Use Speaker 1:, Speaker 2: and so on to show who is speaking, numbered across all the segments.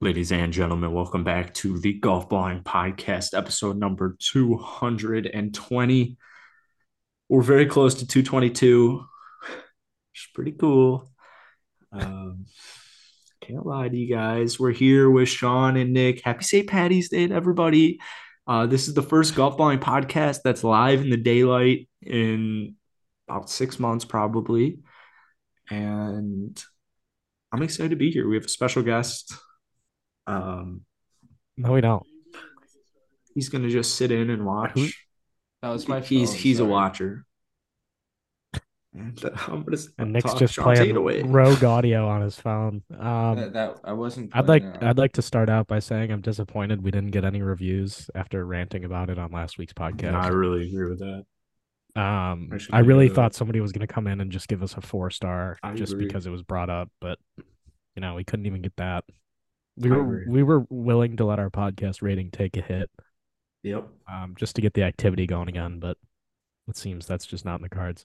Speaker 1: Ladies and gentlemen, welcome back to the Golf Balling Podcast, episode number 220. We're very close to 222. It's pretty cool. Um, can't lie to you guys. We're here with Sean and Nick. Happy St. Patty's Day to everybody. Uh, this is the first Golf Balling Podcast that's live in the daylight in about six months, probably. And I'm excited to be here. We have a special guest. Um,
Speaker 2: No, we don't.
Speaker 1: he's gonna just sit in and
Speaker 2: Who-
Speaker 1: watch.
Speaker 3: That was my.
Speaker 1: he's
Speaker 3: phone,
Speaker 1: he's a
Speaker 3: sorry.
Speaker 1: watcher. And uh, I'm gonna
Speaker 2: And Nick's
Speaker 1: talk
Speaker 2: just
Speaker 1: Sean's
Speaker 2: playing
Speaker 1: eight away.
Speaker 2: rogue audio on his phone. Um,
Speaker 3: That, that- I wasn't.
Speaker 2: I'd like
Speaker 3: playing it.
Speaker 2: I'd like to start out by saying I'm disappointed we didn't get any reviews after ranting about it on last week's
Speaker 1: No, I
Speaker 2: podcast.
Speaker 1: really agree with that.
Speaker 2: um,
Speaker 1: I should
Speaker 2: I
Speaker 1: do
Speaker 2: really
Speaker 1: that.
Speaker 2: thought somebody was going to come in and just give us a four star
Speaker 1: I
Speaker 2: just
Speaker 1: agree.
Speaker 2: because it was brought up, but you know we couldn't even get that. We
Speaker 1: I
Speaker 2: were
Speaker 1: agree.
Speaker 2: we were willing to let our podcast rating take a hit
Speaker 1: Yep.
Speaker 2: um, just to get the activity going again, but it seems that's just not in the cards.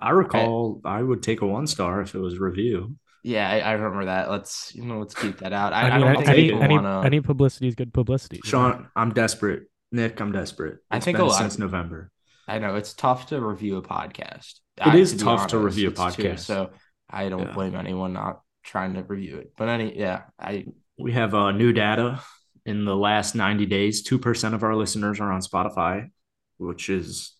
Speaker 1: I recall I would take a one star if it was review.
Speaker 3: Yeah, I, I remember that. Let's you know, let's keep that out.
Speaker 2: I,
Speaker 3: I, I,
Speaker 2: mean,
Speaker 3: don't
Speaker 1: I'll
Speaker 3: think
Speaker 2: any,
Speaker 1: take
Speaker 3: people
Speaker 2: any,
Speaker 3: wanna.
Speaker 2: any publicity is good publicity. you know?
Speaker 1: Sean, I'm desperate. Nick, I'm desperate.
Speaker 3: I
Speaker 1: It's
Speaker 3: think
Speaker 1: been
Speaker 3: a lot-
Speaker 1: since November.
Speaker 3: I know it's tough to review a podcast.
Speaker 1: It
Speaker 3: It is
Speaker 1: is tough to review a podcast.
Speaker 3: so I don't
Speaker 1: Yeah.
Speaker 3: blame anyone not trying to review it. But any, yeah, I
Speaker 1: We have uh, new data in the last 90 days. Two percent of our listeners are on Spotify, which is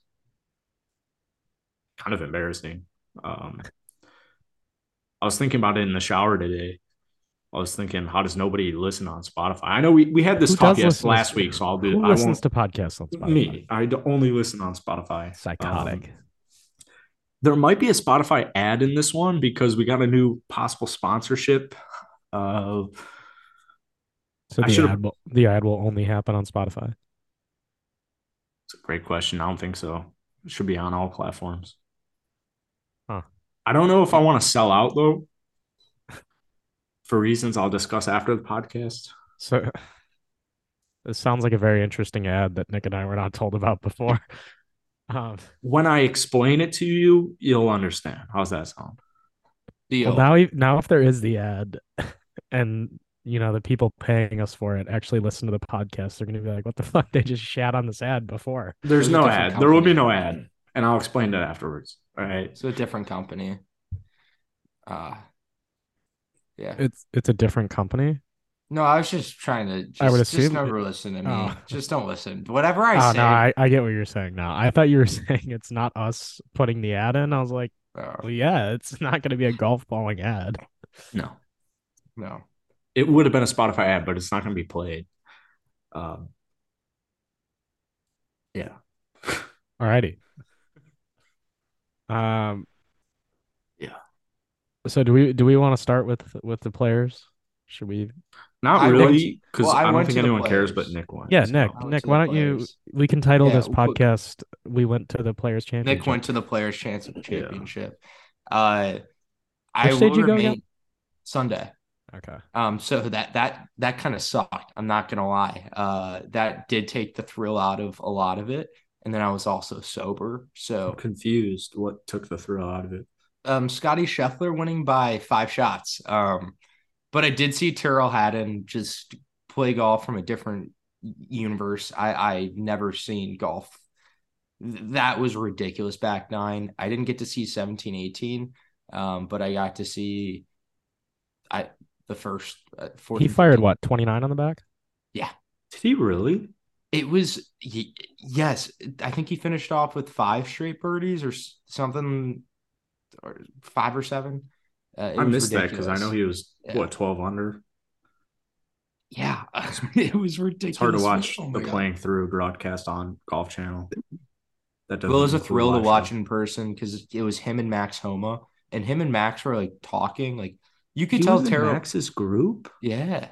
Speaker 1: kind of embarrassing. Um, I was thinking about it in the shower today. I was thinking, how does nobody listen on Spotify? I know we, we had this
Speaker 2: Who
Speaker 1: talk
Speaker 2: does
Speaker 1: yes,
Speaker 2: listen to
Speaker 1: last
Speaker 2: Sp-
Speaker 1: week, so I'll do.
Speaker 2: Who
Speaker 1: I
Speaker 2: listens
Speaker 1: won't.
Speaker 2: to podcasts on Spotify?
Speaker 1: Me, I d- only listen on Spotify.
Speaker 2: Psychotic.
Speaker 1: Um, there might be a Spotify ad in this one because we got a new possible sponsorship. Uh,
Speaker 2: so
Speaker 1: I
Speaker 2: the
Speaker 1: should've-
Speaker 2: ad, will, the ad will only happen on Spotify.
Speaker 1: It's a great question. I don't think so. It should be on all platforms.
Speaker 2: Huh.
Speaker 1: I don't know if I want to sell out though, for reasons I'll discuss after the podcast.
Speaker 2: So this sounds like a very interesting ad that Nick and I were not told about before. Um,
Speaker 1: When I explain it to you, you'll understand. How's that sound?
Speaker 3: deal.
Speaker 2: well, now, e- now if there is the ad, and you know the people paying us for it actually listen to the podcast, they're going to be like, "What the fuck? They just shat on this ad before."
Speaker 1: There's
Speaker 3: It was
Speaker 1: no
Speaker 3: a different
Speaker 1: ad. There will be
Speaker 3: company.
Speaker 1: no ad, and I'll explain it afterwards. All right.
Speaker 3: It's a different company. Uh yeah.
Speaker 2: It's it's a different company.
Speaker 3: No, I was just trying to just,
Speaker 2: I would
Speaker 3: just
Speaker 2: assume-
Speaker 3: never listen to me.
Speaker 2: Oh.
Speaker 3: Just don't listen. Whatever I
Speaker 2: oh
Speaker 3: say.
Speaker 2: no, I, I get what you're saying now. I thought you were saying it's not us putting the ad in. I was like,
Speaker 3: Oh,
Speaker 2: well, yeah, it's not going to be a golf balling ad.
Speaker 1: No,
Speaker 3: no.
Speaker 1: it would have been a Spotify ad, but it's not going to be played. Um, yeah.
Speaker 2: Alrighty. Um,
Speaker 1: Yeah.
Speaker 2: So do we do we want to start with with the players? Should we?
Speaker 1: Not
Speaker 3: I went-
Speaker 1: really, because
Speaker 3: well, I
Speaker 1: I, don't
Speaker 3: went
Speaker 1: think
Speaker 3: to the
Speaker 1: anyone cares, but
Speaker 3: players.
Speaker 1: Nick won.
Speaker 2: Yeah,
Speaker 1: so-
Speaker 2: Nick.
Speaker 3: I went
Speaker 2: Nick,
Speaker 3: to the
Speaker 2: why don't you?
Speaker 3: players.
Speaker 2: We can title
Speaker 3: Yeah,
Speaker 2: this
Speaker 3: we'll put-
Speaker 2: podcast. We went to the players' championship.
Speaker 3: Nick went to the Players' Chance Championship. Uh, I
Speaker 2: Which day
Speaker 3: will
Speaker 2: did you go
Speaker 3: remain
Speaker 2: again?
Speaker 3: Sunday.
Speaker 2: Okay.
Speaker 3: Um, so that that that kind of sucked. I'm not gonna lie. Uh, that did take the thrill out of a lot of it, and then I was also sober.
Speaker 1: I'm
Speaker 3: So,
Speaker 1: confused. What took the thrill out of it?
Speaker 3: um, Scotty Scheffler winning by five shots. Um, but I did see Terrell Haddon just play golf from a different universe. I I never seen golf. Th- That was ridiculous back nine. I didn't get to see 17, 18, um, but I got to see I the first uh, 14,
Speaker 2: He fired
Speaker 3: 15.
Speaker 2: what twenty nine on the back.
Speaker 1: Did he really?
Speaker 3: It was y- yes, I think he finished off with five straight birdies or s- something or five or seven. Uh, it
Speaker 1: I
Speaker 3: was
Speaker 1: missed that because I know
Speaker 3: ridiculous.
Speaker 1: he was
Speaker 3: Yeah.
Speaker 1: what twelve under.
Speaker 3: Yeah, it was ridiculous.
Speaker 1: It's hard to watch
Speaker 3: Oh my
Speaker 1: the
Speaker 3: God.
Speaker 1: playing through broadcast on Golf Channel. That
Speaker 3: Well, it was a
Speaker 1: include
Speaker 3: thrill to
Speaker 1: live
Speaker 3: watch
Speaker 1: show.
Speaker 3: in person because it was him and Max Homa, and him and Max were like talking. Like
Speaker 1: He
Speaker 3: you could tell
Speaker 1: was in
Speaker 3: Terrell.
Speaker 1: Max's group,
Speaker 3: yeah,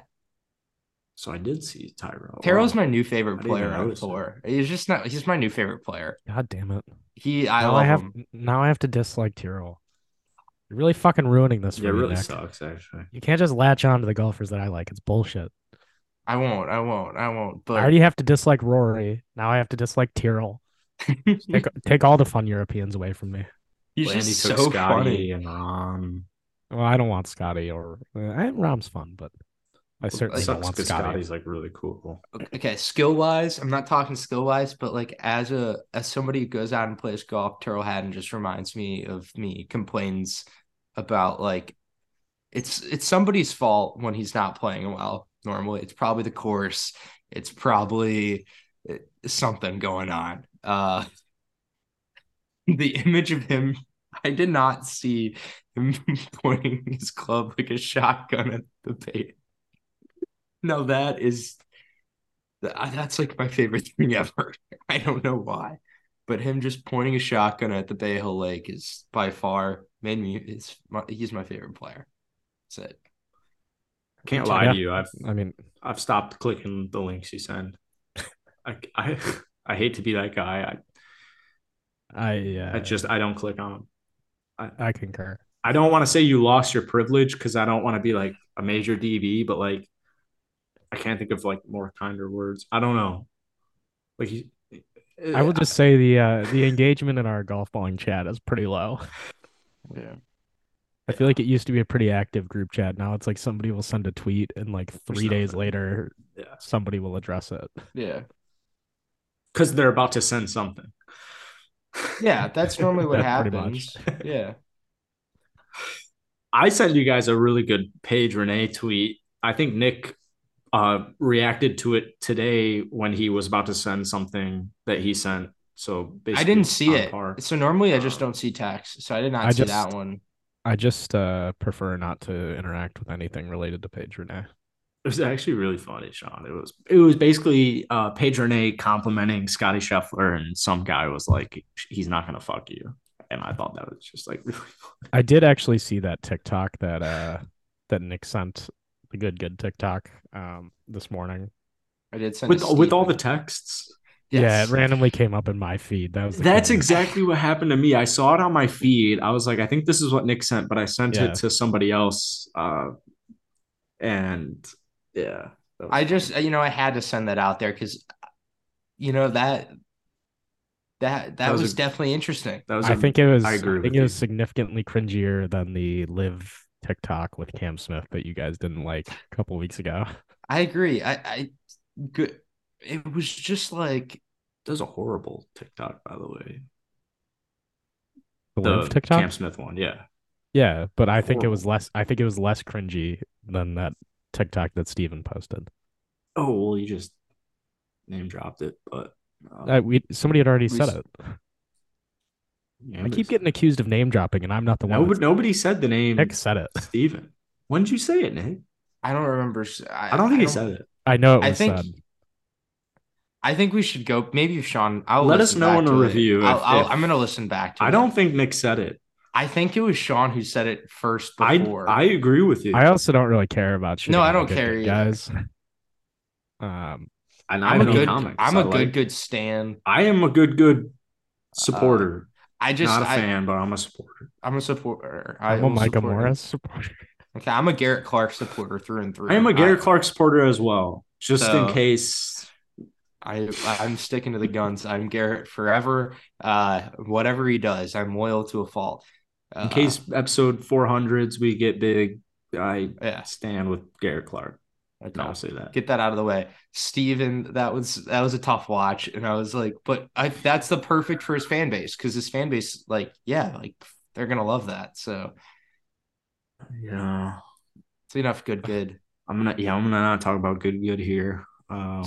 Speaker 1: so I did see Tyrell.
Speaker 3: Terrell's
Speaker 1: Oh, Wow.
Speaker 3: my new favorite
Speaker 1: I didn't
Speaker 3: player
Speaker 1: even
Speaker 3: on the
Speaker 1: notice that.
Speaker 3: floor. He's just not. He's my new favorite player.
Speaker 2: God damn it!
Speaker 3: He, I
Speaker 2: now
Speaker 3: love
Speaker 2: I have
Speaker 3: him.
Speaker 2: now I have to dislike Tyrrell. You're really fucking ruining this.
Speaker 1: Yeah, it
Speaker 2: for me,
Speaker 1: really
Speaker 2: Nick.
Speaker 1: sucks actually.
Speaker 2: You can't just latch on to the golfers that I like. It's bullshit.
Speaker 3: I won't. I won't. I won't. But
Speaker 2: I already have to dislike Rory. Now I have to dislike Tyrrell. Take, take all the fun Europeans away from me.
Speaker 3: he's
Speaker 1: Blandy
Speaker 3: just
Speaker 1: took
Speaker 3: so
Speaker 1: Scotty
Speaker 3: funny.
Speaker 1: and Ron.
Speaker 2: Well, I don't want Scotty or uh, I, Rom's eh, fun, but I certainly
Speaker 1: Sucks
Speaker 2: don't want
Speaker 1: 'cause
Speaker 2: Scotty.
Speaker 1: Scotty's like really cool.
Speaker 3: okay skill wise i'm not talking skill wise but like as a as somebody who goes out and plays golf turtle Haddon just reminds me of me complains about like it's it's somebody's fault when he's not playing well normally it's probably the course it's probably eh, something going on uh the image of him i did not see him pointing his club like a shotgun at the bait no that is Th- I- That's like my favorite thing ever. I don't know why, but him just pointing a shotgun at the Bay Hill Lake is by far made me. It's my, he's my favorite player. That's it.
Speaker 1: I can't lie
Speaker 2: Yeah.
Speaker 1: to you. I've
Speaker 2: I mean,
Speaker 1: I've stopped clicking the links you send. I I, I hate to be that guy.
Speaker 2: I uh,
Speaker 1: I, I just I don't click on 'em.
Speaker 2: I concur.
Speaker 1: I don't want to say you lost your privilege because I don't want to be like a major DB, but like I can't think of like more kinder words. I don't know. Like he,
Speaker 2: I will just say the uh, the engagement in our golf balling chat is pretty low.
Speaker 3: Yeah.
Speaker 2: I feel like it used to be a pretty active group chat. Now it's like somebody will send a tweet and like three days
Speaker 1: nothing.
Speaker 2: later
Speaker 1: Yeah.
Speaker 2: somebody will address it.
Speaker 3: Yeah.
Speaker 1: because they're about to send something.
Speaker 3: Yeah. That's normally what
Speaker 2: Pretty
Speaker 3: happens. Yeah.
Speaker 1: I sent you guys a really good Paige Renee tweet. I think Nick uh, reacted to it today when he was about to send something that he sent. So basically,
Speaker 3: I didn't see
Speaker 1: on
Speaker 3: it.
Speaker 1: par.
Speaker 3: So normally I just
Speaker 1: Um,
Speaker 3: don't see text. So I did not
Speaker 2: I
Speaker 3: see that
Speaker 2: just-
Speaker 3: one.
Speaker 2: I just uh, prefer not to interact with anything related to Paige Renee.
Speaker 1: It was actually really funny, Sean. It was it was basically uh, Paige Renee complimenting Scotty Scheffler, and some guy was like, "He's not gonna fuck you," and I thought that was just like really funny.
Speaker 2: I did actually see that TikTok that uh that Nick sent the good good TikTok um this morning.
Speaker 3: I did send
Speaker 1: with
Speaker 3: to
Speaker 1: with all the
Speaker 3: Steven.
Speaker 1: texts.
Speaker 2: Yeah,
Speaker 3: Yes.
Speaker 2: it randomly came up in my feed. That was the
Speaker 1: That's
Speaker 2: exactly.
Speaker 1: exactly what happened to me. I saw it on my feed. I was like, I think this is what Nick sent, but I sent
Speaker 2: Yeah.
Speaker 1: it to somebody else. Uh, and yeah, that was
Speaker 3: I
Speaker 1: funny.
Speaker 3: just you know I had to send that out there because you know that that that,
Speaker 1: That was
Speaker 3: was,
Speaker 1: a-
Speaker 3: definitely interesting.
Speaker 1: that was
Speaker 2: I
Speaker 1: a-
Speaker 2: think it was.
Speaker 1: I agree
Speaker 2: I think
Speaker 1: with
Speaker 2: it was
Speaker 1: you.
Speaker 2: significantly cringier than the live TikTok with Cam Smith that you guys didn't like a couple weeks ago.
Speaker 3: I agree. I, I good. It was just like
Speaker 1: that was a horrible TikTok, by the way.
Speaker 2: The,
Speaker 1: The
Speaker 2: live TikTok.
Speaker 1: Cam Smith one, yeah.
Speaker 2: Yeah, but I think it was
Speaker 1: Horrible.
Speaker 2: less. I think it was less cringy than that TikTok that Steven posted.
Speaker 1: Oh well, you just name dropped it, but uh,
Speaker 2: Uh, we somebody had already
Speaker 3: We
Speaker 2: said
Speaker 3: s-
Speaker 2: it.
Speaker 1: yeah,
Speaker 2: I
Speaker 1: but
Speaker 2: keep getting accused of name dropping, and I'm not the one.
Speaker 1: nobody,
Speaker 2: that's-
Speaker 1: nobody said the name
Speaker 2: Nick said it.
Speaker 1: Steven. When did you say it, Nick?
Speaker 3: I don't remember. s- I,
Speaker 1: I don't think he said it.
Speaker 2: I know it was
Speaker 3: I think.
Speaker 2: said.
Speaker 3: I think we should go. Maybe Sean. I'll
Speaker 1: Let us
Speaker 3: listen
Speaker 1: know
Speaker 3: back
Speaker 1: in a
Speaker 3: to it.
Speaker 1: review if-
Speaker 3: I'll, I'll,
Speaker 1: if-
Speaker 3: I'm gonna listen back to.
Speaker 1: I
Speaker 3: it.
Speaker 1: don't think Nick said it.
Speaker 3: I think it was Sean who said it first.
Speaker 1: I
Speaker 3: Before
Speaker 1: I agree with you.
Speaker 2: I also don't really care about you.
Speaker 3: No, I don't care either.
Speaker 2: guys. Um,
Speaker 1: and
Speaker 3: I'm
Speaker 1: I'm
Speaker 3: a
Speaker 1: no
Speaker 3: good.
Speaker 1: comics.
Speaker 3: I'm
Speaker 1: I
Speaker 3: a good
Speaker 1: like-
Speaker 3: good stan.
Speaker 1: I am a good good supporter.
Speaker 3: I just.
Speaker 1: Not a
Speaker 3: I,
Speaker 1: fan, but I'm a supporter.
Speaker 3: I'm a supporter. I
Speaker 2: I'm a
Speaker 3: will
Speaker 2: Micah
Speaker 3: support him.
Speaker 2: Morris supporter.
Speaker 3: Okay, I'm a Garrett Clark supporter through and through.
Speaker 1: I am a Garrett
Speaker 3: I-
Speaker 1: Clark supporter as well, just
Speaker 3: So-
Speaker 1: in case.
Speaker 3: I I'm sticking to the guns. I'm Garrett forever. Uh, whatever he does, I'm loyal to a fault. Uh,
Speaker 1: In case episode 400s we get big, I
Speaker 3: yeah,
Speaker 1: stand with Garrett Clark.
Speaker 3: okay.
Speaker 1: No, I'll say that.
Speaker 3: get that out of the way. Steven, that was that was a tough watch, and I was like, but I that's the perfect for his fan base because his fan base, like, yeah, like they're gonna love that. So
Speaker 1: Yeah,
Speaker 3: it's enough good
Speaker 1: Uh.
Speaker 3: good.
Speaker 1: I'm gonna. Yeah, I'm gonna not talk about good good here. Um,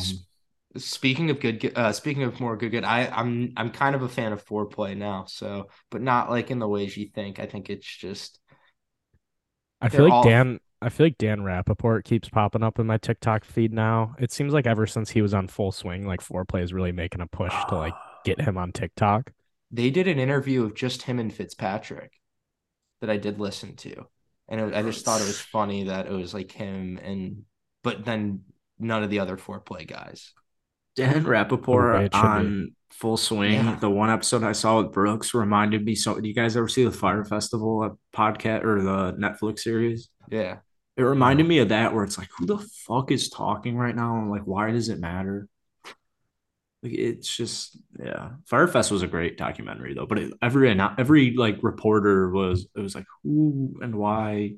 Speaker 3: Speaking of good, good- uh, speaking of more good good, I I'm I'm kind of a fan of foreplay now. So, but not like in the ways you think. I think it's just
Speaker 2: I
Speaker 3: They're
Speaker 2: feel like
Speaker 3: all-
Speaker 2: Dan. I feel like Dan Rappaport keeps popping up in my TikTok feed now. It seems like ever since he was on Full Swing, like Foreplay is really making a push to like get him on TikTok.
Speaker 3: they did an interview of just him and Fitzpatrick that I did listen to, and it, I just thought it was funny that it was like him and but then none of the other foreplay guys.
Speaker 1: Dan
Speaker 2: way
Speaker 1: Rappaport
Speaker 2: it should be.
Speaker 1: on Full Swing.
Speaker 3: Yeah.
Speaker 1: The one episode I saw with Brooks reminded me. So, do you guys ever see the Fire Festival uh, podcast or the Netflix series?
Speaker 3: Yeah,
Speaker 1: It reminded me of that where it's like, who the fuck is talking right now? And like, why does it matter? Like, it's just, yeah. Firefest was a great documentary though, but it, every every like
Speaker 3: Mm.
Speaker 1: reporter was it was like, who and why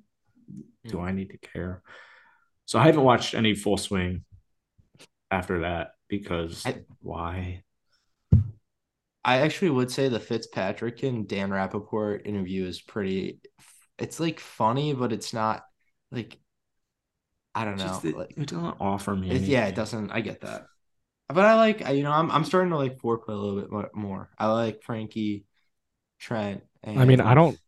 Speaker 1: do I need to care? So I haven't watched any full swing after that because
Speaker 3: I-
Speaker 1: why?
Speaker 3: I actually would say the Fitzpatrick and Dan Rappaport interview is pretty. It's like funny, but it's not like I don't know.
Speaker 1: Just it,
Speaker 3: like
Speaker 1: it doesn't offer me.
Speaker 3: it- yeah, it
Speaker 1: anything.
Speaker 3: doesn't. I get that, but I like I- you know I'm I'm starting to like foreplay a little bit mo- more. I like Frankie, Trent. And,
Speaker 2: I mean, I don't.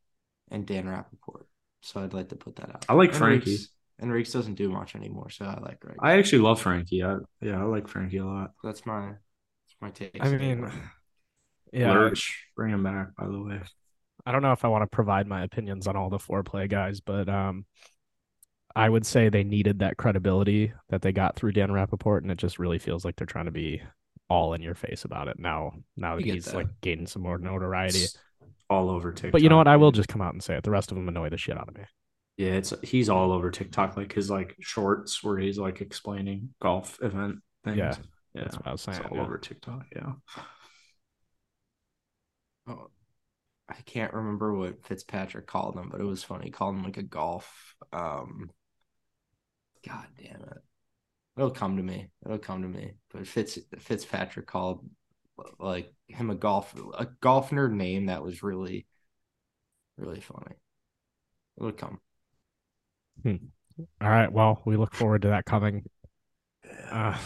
Speaker 3: and Dan Rappaport. So I'd like to put that out.
Speaker 1: I like
Speaker 3: there.
Speaker 1: Frankie.
Speaker 3: Riggs- and Riggs doesn't do much anymore, so I like Riggs.
Speaker 1: I actually love Frankie. I, yeah, I like Frankie a lot.
Speaker 3: that's my that's my take.
Speaker 2: I mean, yeah,
Speaker 1: Lurch, bring him back. By the way,
Speaker 2: I don't know if I want to provide my opinions on all the foreplay guys, but um, I would say they needed that credibility that they got through Dan Rappaport, and it just really feels like they're trying to be all in your face about it now. Now that
Speaker 3: get
Speaker 2: he's
Speaker 3: that.
Speaker 2: like gaining some more notoriety,
Speaker 1: It's all over TikTok.
Speaker 2: but you know what? I will
Speaker 1: dude.
Speaker 2: just come out and say it. The rest of them annoy the shit out of me.
Speaker 1: Yeah, it's he's all over TikTok, like his like shorts where he's like explaining golf event things.
Speaker 2: Yeah,
Speaker 1: yeah,
Speaker 2: That's what I was saying.
Speaker 1: it's all
Speaker 2: yeah.
Speaker 1: over TikTok. Yeah,
Speaker 3: oh, I can't remember what Fitzpatrick called him, but it was funny. He called him like a golf. Um, God damn it! It'll come to me. It'll come to me. But Fitz Fitzpatrick called like him a golf a golf nerd name that was really, really funny. It'll come.
Speaker 2: All right. Well, we look forward to that coming. Uh,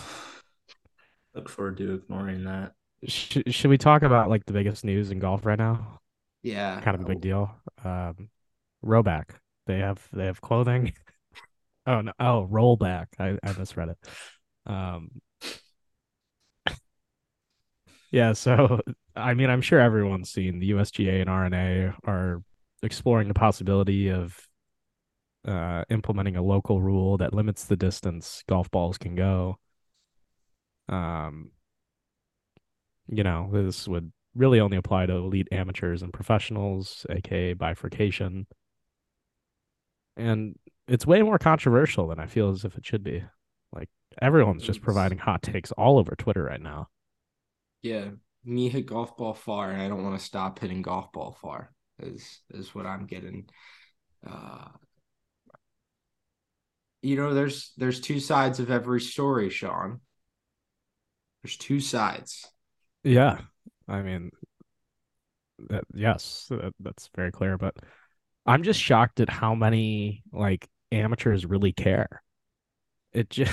Speaker 1: look forward to ignoring that.
Speaker 2: sh- should we talk about like the biggest news in golf right now?
Speaker 3: Yeah,
Speaker 2: Kind of a big deal. Um, Roback. They have they have clothing. oh no! Oh, rollback. I I misread it. Um. Yeah, so I mean, I'm sure everyone's seen the USGA and RNA are exploring the possibility of uh, implementing a local rule that limits the distance golf balls can go. Um, you know, this would really only apply to elite amateurs and professionals, aka bifurcation. And it's way more controversial than I feel as if it should be. Like everyone's just
Speaker 3: It's-
Speaker 2: providing hot takes all over Twitter right now.
Speaker 3: Yeah, me hit golf ball far, and I don't want to stop hitting golf ball far. Is is what I'm getting. Uh, you know, there's there's two sides of every story, Sean. There's two sides.
Speaker 2: Yeah. I mean, that, yes, that, that's very clear. But I'm just shocked at how many like amateurs really care. It just,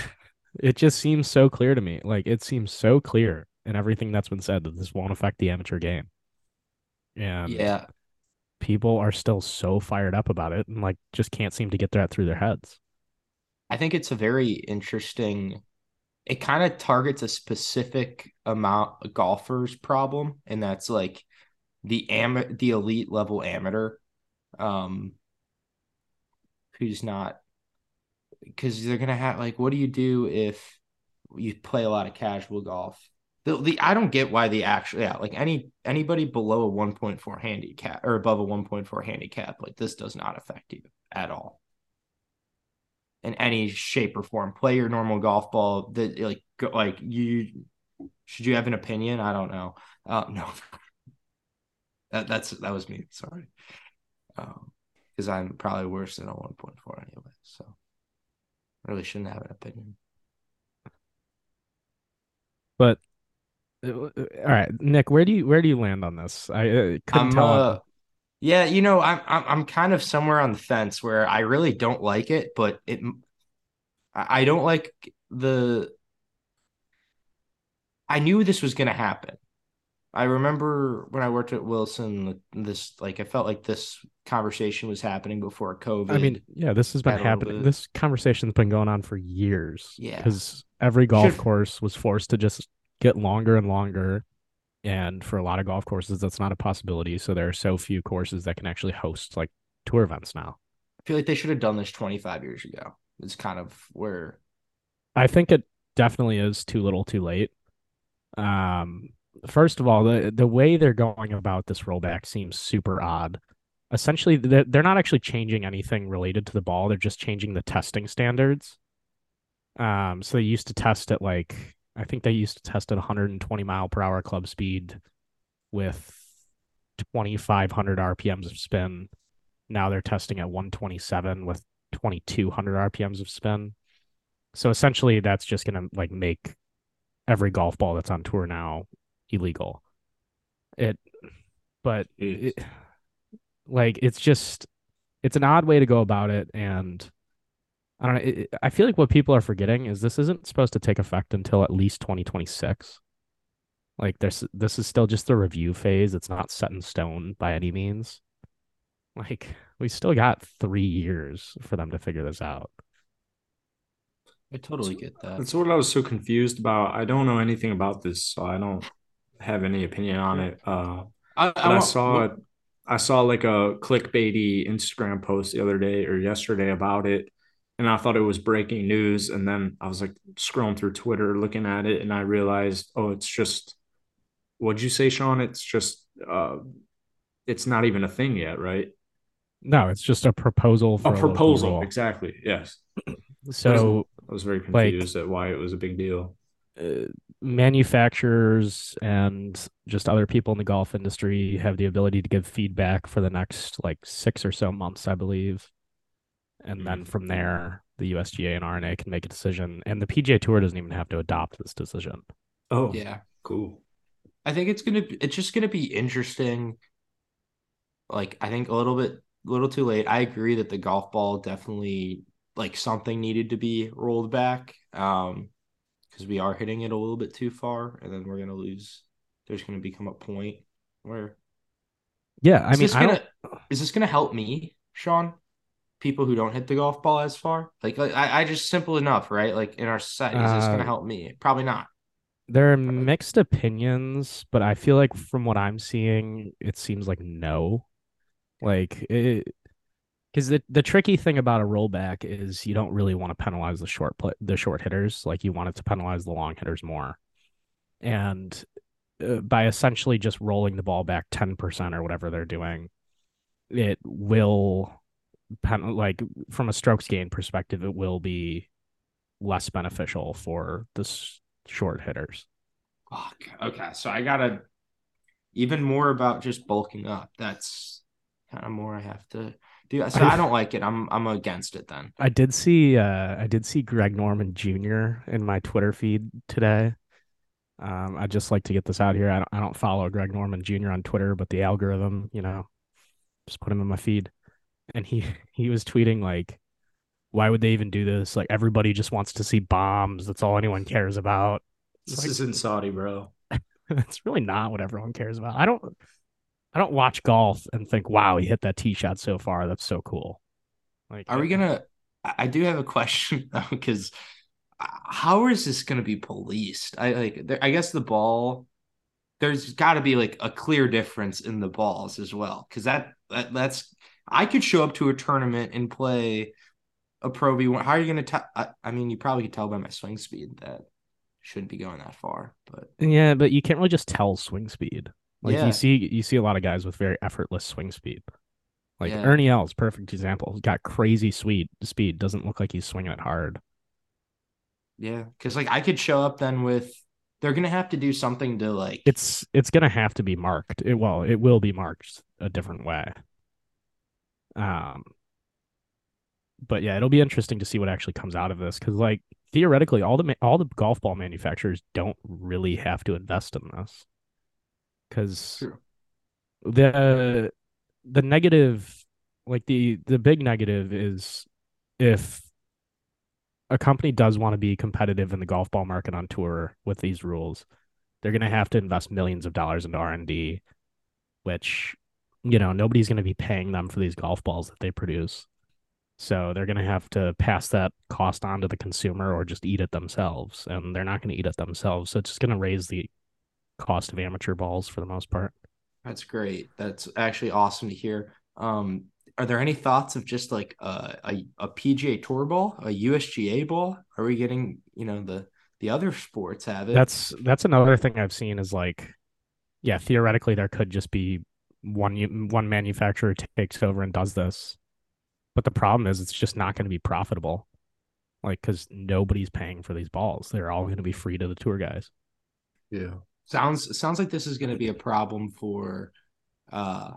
Speaker 2: it just seems so clear to me. Like it seems so clear in everything that's been said that this won't affect the amateur game. And
Speaker 3: yeah,
Speaker 2: people are still so fired up about it and like just can't seem to get that through their heads.
Speaker 3: I think it's a very interesting. It kind of targets a specific amount of golfers' problem, and that's like the am the elite level amateur, um, who's not because they're gonna have like, what do you do if you play a lot of casual golf? The, the I don't get why the actual yeah like any anybody below a one point four handicap or above a one point four handicap like this does not affect you at all in any shape or form. Play your normal golf ball. That like go, like you should you have an opinion? I don't know. Uh, no, that that's that was me. Sorry, because I'm probably worse than a 1.4 anyway. So really shouldn't have an opinion.
Speaker 2: But uh, all right, Nick, where do you where do you land on this? I uh, couldn't
Speaker 3: I'm
Speaker 2: tell.
Speaker 3: uh, yeah, you know, I'm, I'm I'm kind of somewhere on the fence where I really don't like it, but it I I don't like the I knew this was going to happen. I remember when I worked at Wilson this like I felt like this conversation was happening before COVID.
Speaker 2: I mean, yeah, this has been
Speaker 3: add a little
Speaker 2: happening.
Speaker 3: bit.
Speaker 2: This conversation's been going on for years.
Speaker 3: Yeah.
Speaker 2: Because every golf
Speaker 3: Should've-
Speaker 2: course was forced to just get longer and longer. And for a lot of golf courses, that's not a possibility. So there are so few courses that can actually host like tour events now.
Speaker 3: I feel like they should have done this 25 years ago. It's kind of where
Speaker 2: I think it definitely is too little too late. Um, first of all, the the way they're going about this rollback seems super odd. Essentially, they're, they're not actually changing anything related to the ball. They're just changing the testing standards. Um, so they used to test at like I think they used to test at 120 mile per hour club speed with 2,500 RPMs of spin. Now they're testing at 127 with 2,200 RPMs of spin So essentially, that's just going to like make every golf ball that's on tour now illegal. It, but
Speaker 1: Jeez.
Speaker 2: it, like it's just it's an odd way to go about it, and I don't know. It, it- I feel like what people are forgetting is this isn't supposed to take effect until at least 2026. Like there's this is still just the review phase. It's not set in stone by any means. Like we still got three years for them to figure this out.
Speaker 3: I totally get that.
Speaker 1: That's what I was so confused about. I don't know anything about this, so I don't have any opinion on it. Uh,
Speaker 3: I,
Speaker 1: but I saw it. I saw like a clickbaity Instagram post the other day or yesterday about it, and I thought it was breaking news. And then I was like scrolling through Twitter, looking at it, and I realized, oh, it's just. What'd you say, Sean? It's just. Uh, it's not even a thing yet, right?
Speaker 2: No, it's just a proposal for
Speaker 1: A
Speaker 2: a local
Speaker 1: proposal,
Speaker 2: rule.
Speaker 1: exactly. Yes,
Speaker 2: So
Speaker 1: I was very
Speaker 2: Like-
Speaker 1: confused at why it was a big deal.
Speaker 2: uh, manufacturers and just other people in the golf industry have the ability to give feedback for the next like six or so months, I believe. And
Speaker 3: Hmm.
Speaker 2: then from there, the USGA and RNA can make a decision. And the PGA Tour doesn't even have to adopt this decision.
Speaker 1: Oh,
Speaker 3: yeah.
Speaker 1: cool.
Speaker 3: I think it's gonna be, it's just gonna be interesting. Like I think a little bit a little too late. I agree that the golf ball definitely like something needed to be rolled back. Um because we are hitting it a little bit too far and then we're gonna lose there's gonna become a point where
Speaker 2: Yeah, I
Speaker 3: is
Speaker 2: mean,
Speaker 3: this
Speaker 2: I don't,
Speaker 3: gonna is this gonna help me, Sean? People who don't hit the golf ball as far? Like, like I, I just simple enough, right? Like in our society, is this gonna
Speaker 2: Uh,
Speaker 3: help me? Probably not.
Speaker 2: there are mixed opinions, but I feel like from what I'm seeing, it seems like no. Like it because the, the tricky thing about a rollback is you don't really want to penalize the short put the short hitters. Like you want it to penalize the long hitters more. And uh, by essentially just rolling the ball back 10% or whatever they're doing, it will pen, like from a strokes gain perspective, it will be less beneficial for the s- short hitters.
Speaker 3: Fuck. Okay, so I gotta even more about just bulking up. That's kind of more I have to do. So I don't like it. I'm I'm against it then.
Speaker 2: I did see uh I did see Greg Norman Jr. in my Twitter feed today. Um I just like to get this out here. I don't I don't follow Greg Norman Jr. on Twitter, but the algorithm, you know, just put him in my feed. And he he was tweeting like why would they even do this? Like everybody just wants to see bombs. That's all anyone cares about. It's
Speaker 1: This
Speaker 2: like-
Speaker 1: is in Saudi, bro.
Speaker 2: That's really not what everyone cares about. I don't I don't watch golf and think, "Wow, he hit that tee shot so far. That's so cool." Like uh,
Speaker 3: Are we gonna? I I do have a question though, because how is this gonna be policed? I like. There, I guess the ball. There's got to be like a clear difference in the balls as well, because that, that that's. I could show up to a tournament and play a pro V one. How are you gonna tell? I, I mean, you probably could tell by my swing speed that shouldn't be going that far, but
Speaker 2: Yeah, but you can't really just tell swing speed. Like
Speaker 3: Yeah.
Speaker 2: you see, you see a lot of guys with very effortless swing speed. Like
Speaker 3: Yeah.
Speaker 2: Ernie Els, perfect example. He's got crazy sweet speed. Doesn't look like he's swinging it hard.
Speaker 3: yeah, because like I could show up then with. They're gonna have to do something to like.
Speaker 2: It's it's gonna have to be marked. It well, it will be marked a different way. Um, but yeah, it'll be interesting to see what actually comes out of this because, like, theoretically, all the ma- all the golf ball manufacturers don't really have to invest in this because
Speaker 3: True.
Speaker 2: the the negative like the the big negative is if a company does want to be competitive in the golf ball market on tour with these rules they're going to have to invest millions of dollars into r&d which you know nobody's going to be paying them for these golf balls that they produce so they're going to have to pass that cost on to the consumer or just eat it themselves and they're not going to eat it themselves so it's just going to raise the cost of amateur balls for the most part
Speaker 3: That's great. That's actually awesome to hear. Um, are there any thoughts of just like a, a a PGA Tour ball, a USGA ball? Are we getting, you know, the the other sports have it?
Speaker 2: That's that's another thing I've seen is like, yeah, theoretically there could just be one u- one manufacturer takes over and does this, but the problem is it's just not going to be profitable, like because nobody's paying for these balls. They're all going to be free to the tour guys.
Speaker 1: Yeah.
Speaker 3: sounds sounds like this is going to be a problem for uh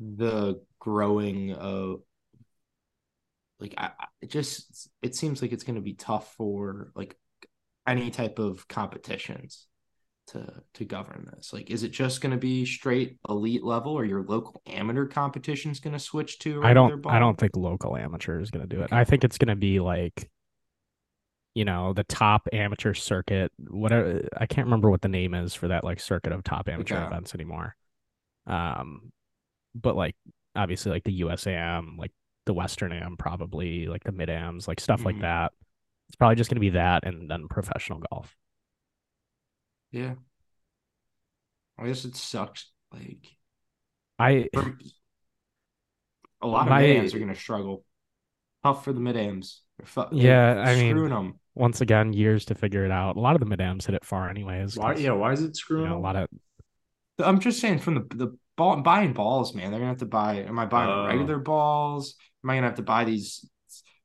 Speaker 3: the growing of like I, I- it just it seems like it's going to be tough for like any type of competitions to to govern this. Like, is it just going to be straight elite level, or your local amateur competitions going to switch to?
Speaker 2: I
Speaker 3: regular
Speaker 2: don't
Speaker 3: ball?
Speaker 2: I don't think local amateur is going to do it. I think it's going to be like you know, the top amateur circuit, whatever I can't remember what the name is for that like circuit of top amateur
Speaker 3: Okay.
Speaker 2: events anymore. Um but like obviously like the USAM, like the Western Am probably, like the Mid Ams, like stuff
Speaker 3: Mhm.
Speaker 2: like that. It's probably just going to be that and then professional golf.
Speaker 3: Yeah, I guess it sucks. Like,
Speaker 2: I
Speaker 3: for- a lot of
Speaker 2: My-
Speaker 3: mid-ams are going to struggle. Tough for the mid-ams. They're fu- they're
Speaker 2: Yeah, I mean-
Speaker 3: screwing them.
Speaker 2: once again years to figure it out. A lot of the Mid Ams hit it far anyways.
Speaker 1: Why?
Speaker 2: 'cause,
Speaker 1: Yeah. Why is it
Speaker 2: you
Speaker 1: screwing?
Speaker 2: know, a lot of
Speaker 3: I'm just saying from the the ball buying balls, man. They're gonna have to buy. Am I buying
Speaker 1: Oh.
Speaker 3: regular balls? Am I gonna have to buy these?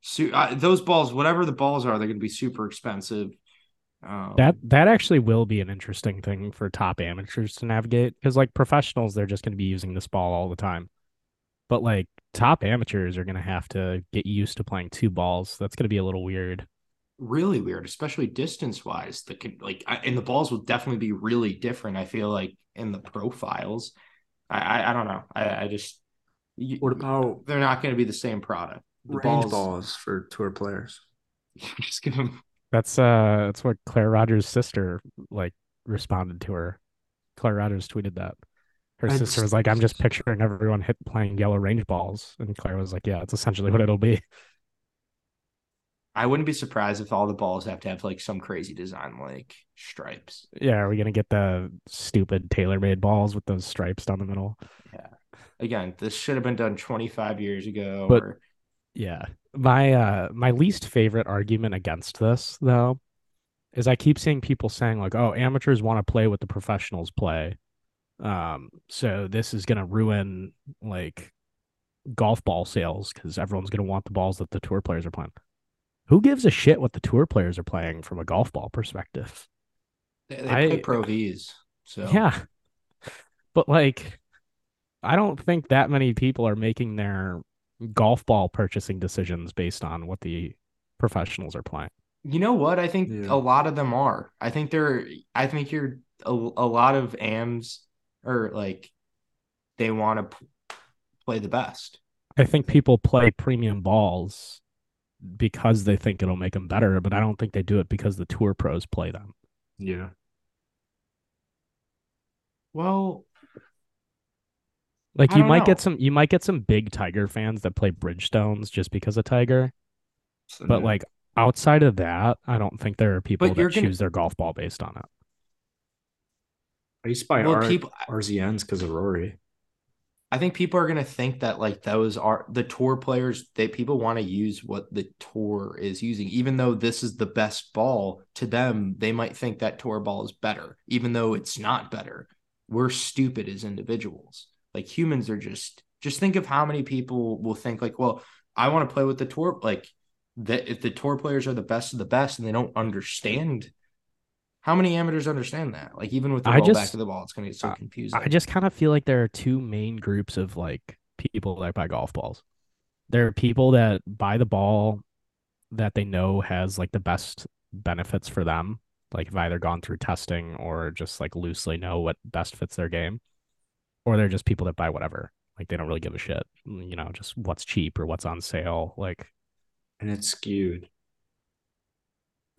Speaker 3: Su- uh, those balls, whatever the balls are, they're gonna be super expensive. Um,
Speaker 2: That that actually will be an interesting thing for top amateurs to navigate because like professionals, they're just going to be using this ball all the time, but like top amateurs are going to have to get used to playing two balls. That's going to be a little weird.
Speaker 3: really weird, especially distance wise. The con- like I, and the balls will definitely be really different. I feel like in the profiles, I I, I don't know. I, I just you,
Speaker 1: What about
Speaker 3: they're not going to be the same product. The
Speaker 1: range balls. for tour players?
Speaker 3: just give them.
Speaker 2: That's uh, that's what Claire Rogers' sister like responded to her. Claire Rogers tweeted that. Her
Speaker 1: I
Speaker 2: sister
Speaker 1: just-
Speaker 2: was like, "I'm just picturing everyone hit playing yellow range balls," and Claire was like, "Yeah, that's essentially what it'll be."
Speaker 3: I wouldn't be surprised if all the balls have to have like some crazy design, like stripes.
Speaker 2: Yeah, are we gonna get the stupid tailor-made balls with those stripes down the middle?
Speaker 3: again, this should have been done 25 years ago.
Speaker 2: But-
Speaker 3: or-
Speaker 2: Yeah. My uh my least favorite argument against this though is I keep seeing people saying like, "Oh, amateurs want to play what the professionals play." Um so this is going to ruin like golf ball sales cuz everyone's going to want the balls that the tour players are playing. Who gives a shit what the tour players are playing from a golf ball perspective?
Speaker 3: they, they play
Speaker 2: I-
Speaker 3: Pro Vs. So
Speaker 2: Yeah. But like I don't think that many people are making their golf ball purchasing decisions based on what the professionals are playing.
Speaker 3: you know what? I think
Speaker 1: Yeah.
Speaker 3: a lot of them are. I think they're, I think you're a, a lot of AMs or like they want to p- play the best.
Speaker 2: I think people play premium balls because they think it'll make them better, but I don't think they do it because the tour pros play them.
Speaker 1: Yeah.
Speaker 3: Well,
Speaker 2: Like
Speaker 3: I
Speaker 2: you
Speaker 3: don't
Speaker 2: might get
Speaker 3: know.
Speaker 2: some you might get some big Tiger fans that play Bridgestones just because of Tiger, but like outside of that, I don't think there are people
Speaker 3: Mm-hmm. But
Speaker 2: that
Speaker 3: you're gonna-
Speaker 2: choose their golf ball based on it.
Speaker 1: I used to buy
Speaker 3: well,
Speaker 1: R-
Speaker 3: people,
Speaker 1: RZNs because of Rory.
Speaker 3: I think people are going to think that like those are the tour players that people want to use what the tour is using, even though this is the best ball to them. They might think that tour ball is better, even though it's not better. We're stupid as individuals. Like humans are just, just think of how many people will think like, well, I want to play with the tour. Like that if the tour players are the best of the best and they don't understand how many amateurs understand that, like even with the
Speaker 2: I
Speaker 3: rollback
Speaker 2: just-
Speaker 3: of the ball, it's going to get so confusing.
Speaker 2: I just kind of feel like there are two main groups of like people that buy golf balls. There are people that buy the ball that they know has like the best benefits for them, like have either gone through testing or just like loosely know what best fits their game. Or they're just people that buy whatever. Like they don't really give a shit, you know, just what's cheap or what's on sale. Like
Speaker 1: And it's skewed.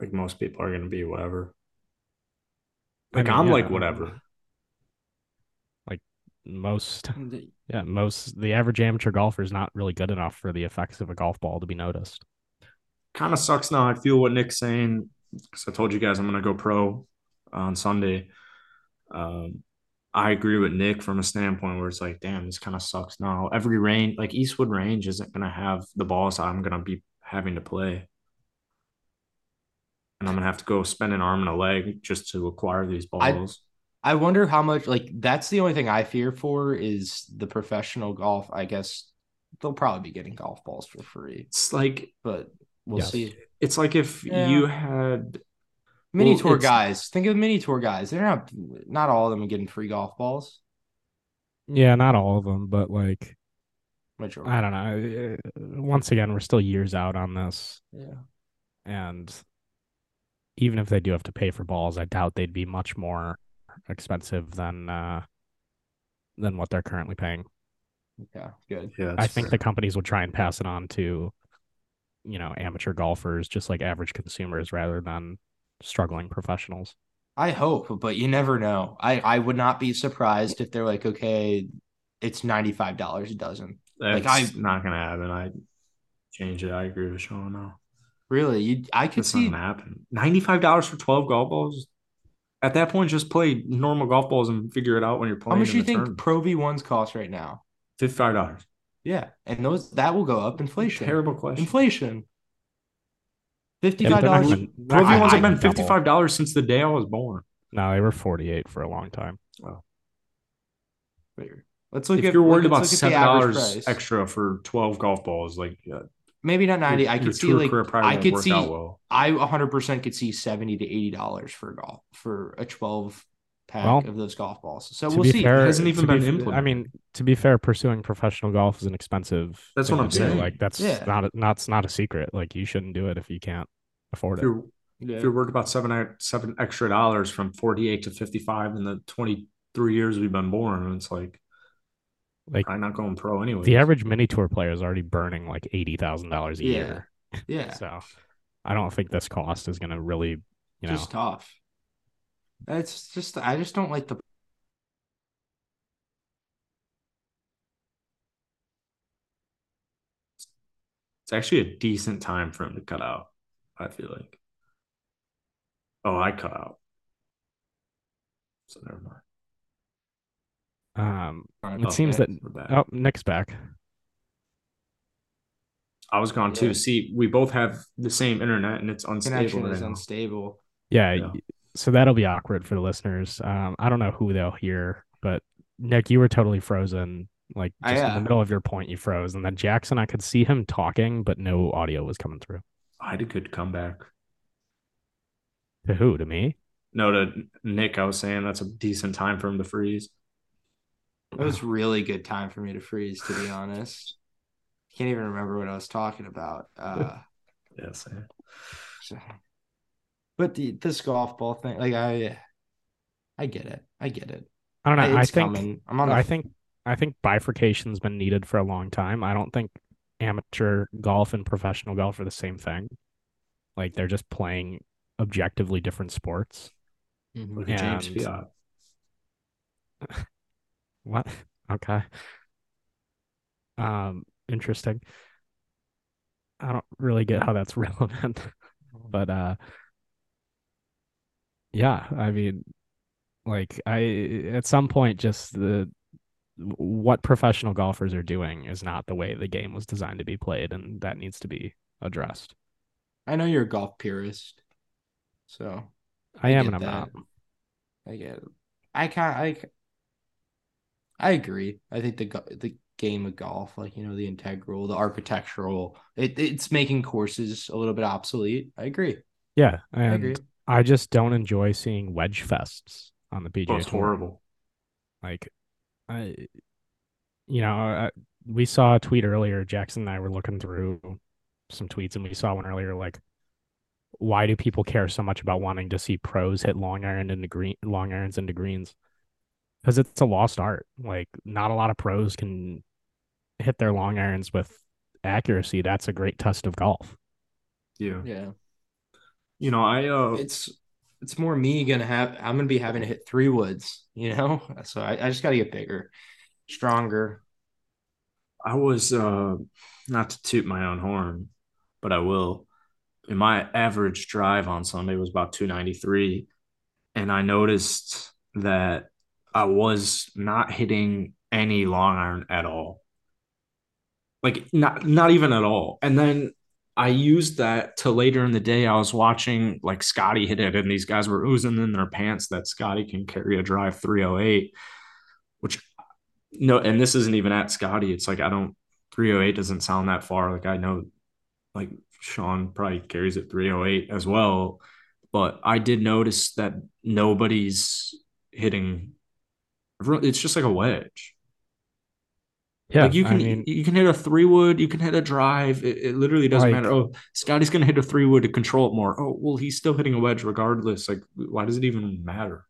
Speaker 1: Like most people are going to be whatever.
Speaker 2: I
Speaker 1: Like
Speaker 2: mean,
Speaker 1: I'm
Speaker 2: yeah,
Speaker 1: like whatever.
Speaker 2: most, yeah, most the average amateur golfer is not really good enough for the effects of a golf ball to be noticed.
Speaker 1: Kind of sucks now. I feel what Nick's saying because I told you guys I'm going to go pro on Sunday. Um, I agree with Nick from a standpoint where it's like, damn, this kind of sucks now. Every range, like Eastwood Range, isn't going to have the balls I'm going to be having to play. And I'm going to have to go spend an arm and a leg just to acquire these
Speaker 3: I-
Speaker 1: balls.
Speaker 3: I wonder how much like that's the only thing I fear for is the professional golf. I guess they'll probably be getting golf balls for free,
Speaker 1: it's like,
Speaker 3: but we'll
Speaker 2: Yes.
Speaker 3: see.
Speaker 1: it's like if
Speaker 3: Yeah.
Speaker 1: you had
Speaker 3: Mini
Speaker 1: Well,
Speaker 3: tour
Speaker 1: it's-
Speaker 3: guys, think of mini tour guys. They're not not all of them are getting free golf balls.
Speaker 2: Yeah, not all of them, but like
Speaker 3: Majority.
Speaker 2: I don't know. Uh, Once again, we're still years out on this,
Speaker 3: yeah.
Speaker 2: and even if they do have to pay for balls, I doubt they'd be much more expensive than uh, than what they're currently paying.
Speaker 3: Yeah. Good.
Speaker 1: Yeah,
Speaker 2: I think the companies would try and pass it on to, you know, amateur golfers, just like average consumers, rather than struggling professionals.
Speaker 3: I hope, but you never know. I, I would not be surprised if they're like, okay, it's $95 a dozen.
Speaker 1: that's
Speaker 3: like, I-
Speaker 1: not gonna happen. I change it. I agree with Sean now.
Speaker 3: Really? You, I could
Speaker 1: That's not
Speaker 3: see.
Speaker 1: gonna happen. Ninety five dollars for twelve golf balls. At that point, just play normal golf balls and figure it out when you're
Speaker 3: How
Speaker 1: playing.
Speaker 3: much
Speaker 1: in
Speaker 3: do you
Speaker 1: the
Speaker 3: think
Speaker 1: tournament.
Speaker 3: Pro V1s cost right now?
Speaker 1: Fifty-five dollars.
Speaker 3: Yeah. And those that will go up. Inflation.
Speaker 1: Terrible question.
Speaker 3: Inflation.
Speaker 2: Yeah, but they're not
Speaker 3: $55.
Speaker 2: even-
Speaker 1: Pro
Speaker 2: they're not
Speaker 1: V ones
Speaker 2: even
Speaker 1: have been
Speaker 2: double.
Speaker 1: fifty-five dollars since the day I was born.
Speaker 2: No, they were forty-eight for a long time.
Speaker 3: Figure. Let's look
Speaker 1: if
Speaker 3: at
Speaker 1: you're worried
Speaker 3: let's
Speaker 1: about
Speaker 3: look at the
Speaker 1: seven
Speaker 3: average
Speaker 1: dollars
Speaker 3: price.
Speaker 1: extra for twelve golf balls, like uh,
Speaker 3: maybe not ninety.
Speaker 1: your-
Speaker 3: I could
Speaker 1: your
Speaker 3: see
Speaker 1: tour
Speaker 3: like
Speaker 1: career probably
Speaker 3: I
Speaker 1: won't
Speaker 3: could
Speaker 1: work
Speaker 3: see
Speaker 1: out well.
Speaker 3: I 100 percent could see 70 to 80 dollars for a golf for a 12 pack
Speaker 2: Well,
Speaker 3: of those golf balls. So
Speaker 2: to
Speaker 3: we'll
Speaker 2: be
Speaker 3: see.
Speaker 2: fair,
Speaker 1: hasn't
Speaker 2: to
Speaker 1: even
Speaker 2: be
Speaker 1: been
Speaker 2: f- I
Speaker 1: implemented.
Speaker 2: mean, to be fair, pursuing professional golf is an expensive.
Speaker 1: That's
Speaker 2: thing
Speaker 1: what
Speaker 2: to
Speaker 1: I'm
Speaker 2: do.
Speaker 1: saying.
Speaker 2: Like that's
Speaker 3: Yeah.
Speaker 2: not a, not it's not a secret. Like you shouldn't do it if you can't afford
Speaker 1: If
Speaker 2: it.
Speaker 1: you're,
Speaker 3: Yeah.
Speaker 1: if you're worried about seven seven extra dollars from forty-eight to fifty-five in the twenty-three years we've been born, it's like
Speaker 2: Like
Speaker 1: I'm not going pro anyway.
Speaker 2: the average mini tour player is already burning like eighty thousand dollars a
Speaker 3: Yeah.
Speaker 2: year.
Speaker 3: yeah.
Speaker 2: So I don't think this cost is going to really, you know,
Speaker 3: just tough. That's just I just don't like the
Speaker 1: It's actually a decent time for him to cut out. I feel like. Oh, I cut out. So never mind.
Speaker 2: um,
Speaker 3: Alright,
Speaker 2: it
Speaker 1: Oh,
Speaker 2: seems that.
Speaker 1: We're back.
Speaker 2: Oh, Nick's back.
Speaker 1: I was gone
Speaker 3: Yeah.
Speaker 1: too. See, we both have the same internet, and it's unstable
Speaker 3: connection
Speaker 1: right
Speaker 3: is
Speaker 1: now.
Speaker 3: unstable.
Speaker 2: Yeah.
Speaker 1: Yeah.
Speaker 2: y- So that'll be awkward for the listeners. Um, I don't know who they'll hear, but Nick, you were totally frozen. Like
Speaker 3: I,
Speaker 2: just in
Speaker 3: uh,
Speaker 2: the middle of your point, you froze. And then Jackson, I could see him talking, but no audio was coming through.
Speaker 1: I had a good comeback.
Speaker 2: To who? To me?
Speaker 1: No, to Nick, I was saying that's a decent time for him to freeze.
Speaker 3: It was really good time for me to freeze, to be honest. Can't even remember what I was talking about. Uh
Speaker 1: Yeah, same.
Speaker 3: So, but the this golf ball thing, like I, I get it. I get it.
Speaker 2: I don't know. I
Speaker 3: it's
Speaker 2: think
Speaker 3: coming. I'm on. The,
Speaker 2: I think I think bifurcation's been needed for a long time. I don't think amateur golf and professional golf are the same thing. Like they're just playing objectively different sports.
Speaker 3: Mhm.
Speaker 1: Look at James
Speaker 2: And-
Speaker 1: Fiat.
Speaker 2: What? Okay. Um, interesting. I don't really get how that's relevant, but uh, yeah, I mean, like I at some point just the what professional golfers are doing is not the way the game was designed to be played, and that needs to be addressed.
Speaker 3: I know you're a golf purist, so
Speaker 2: I am
Speaker 3: get
Speaker 2: and I'm not.
Speaker 3: that. I get. It. I can I. ca- I agree. I think the go- the game of golf, like you know, the integral, the architectural, it, it's making courses a little bit obsolete. I agree.
Speaker 2: Yeah,
Speaker 3: I
Speaker 2: and
Speaker 3: agree.
Speaker 2: I just don't enjoy seeing wedge fests on the PGA
Speaker 1: Oh, it's
Speaker 2: Tour.
Speaker 1: horrible.
Speaker 2: Like, I, you know, I, we saw a tweet earlier. Jackson and I were looking through some tweets, and we saw one earlier. Like, why do people care so much about wanting to see pros hit long iron into green, long irons into greens? Because it's a lost art. Like, not a lot of pros can hit their long irons with accuracy. That's a great test of golf.
Speaker 1: Yeah.
Speaker 3: Yeah,
Speaker 1: You know, I uh
Speaker 3: it's it's more me gonna have. I'm gonna be having to hit three woods. You know, so I, I just got to get bigger, stronger.
Speaker 1: I was uh not to toot my own horn, but I will. And my average drive on Sunday was about 293. And I noticed that I was not hitting any long iron at all. Like not not even at all. And then I used that to later in the day. I was watching like Scotty hit it, and these guys were oozing in their pants that Scotty can carry a drive 308, which no, and this isn't even at Scotty. It's like I don't 308 doesn't sound that far. Like I know like Sean probably carries it 308 as well. But I did notice that nobody's hitting everyone- it's just like a wedge.
Speaker 2: Yeah,
Speaker 1: like you
Speaker 2: I
Speaker 1: can
Speaker 2: mean,
Speaker 1: you can hit a three wood, you can hit a drive. It, it literally doesn't
Speaker 2: Like-
Speaker 1: matter. Oh, Scotty's gonna hit a three wood to control it more. Oh, well, he's still hitting a wedge regardless. Like, why does it even matter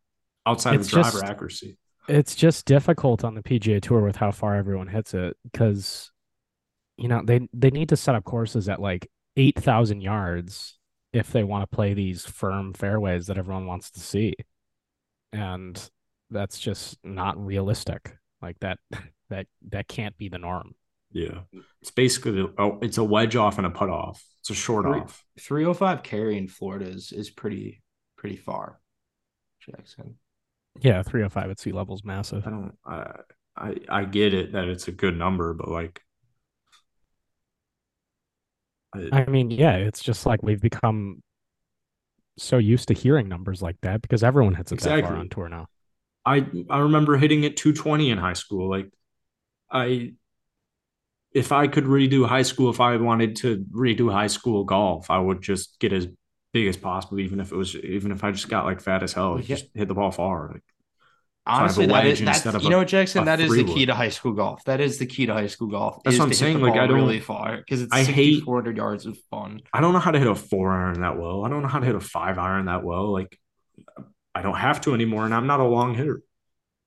Speaker 1: outside of
Speaker 2: It's
Speaker 1: driver
Speaker 2: just-
Speaker 1: accuracy?
Speaker 2: it's just difficult on the PGA Tour with how far everyone hits it because you know they they need to set up courses at like eight thousand yards if they want to play these firm fairways that everyone wants to see, and that's just not realistic. Like that that that can't be the norm.
Speaker 1: Yeah, Mm-hmm. it's basically oh, it's a wedge off and a putt off. It's a short
Speaker 3: Three-
Speaker 1: off.
Speaker 3: 305 carry in Florida is, is pretty pretty far. Jackson.
Speaker 2: Yeah, three hundred five at sea level is massive.
Speaker 1: I don't. I I I get it that it's a good number, but like, I-
Speaker 2: I mean, yeah, it's just like we've become so used to hearing numbers like that because everyone hits it that
Speaker 1: Exactly.
Speaker 2: far on tour now.
Speaker 1: I I remember hitting it 220 in high school. Like I if I could redo high school, if I wanted to redo high school golf, I would just get as big as possible, even if it was even if I just got like fat as hell,
Speaker 3: Well, yeah.
Speaker 1: just hit the ball far. Like, have a
Speaker 3: Honestly, that
Speaker 1: wedge
Speaker 3: is that's,
Speaker 1: instead of
Speaker 3: you
Speaker 1: a-
Speaker 3: know what, Jackson,
Speaker 1: a
Speaker 3: that is the
Speaker 1: three-wood.
Speaker 3: key to high school golf. That is the key to high school golf.
Speaker 1: That's
Speaker 3: is
Speaker 1: what I'm
Speaker 3: to hit
Speaker 1: saying,
Speaker 3: the
Speaker 1: like, I
Speaker 3: ball
Speaker 1: don't-
Speaker 3: really far because it's
Speaker 1: I hate-
Speaker 3: 6,400 yards of fun.
Speaker 1: I don't know how to hit a four iron that well. I don't know how to hit a five iron that well. Like I don't have to anymore, and I'm not a long hitter.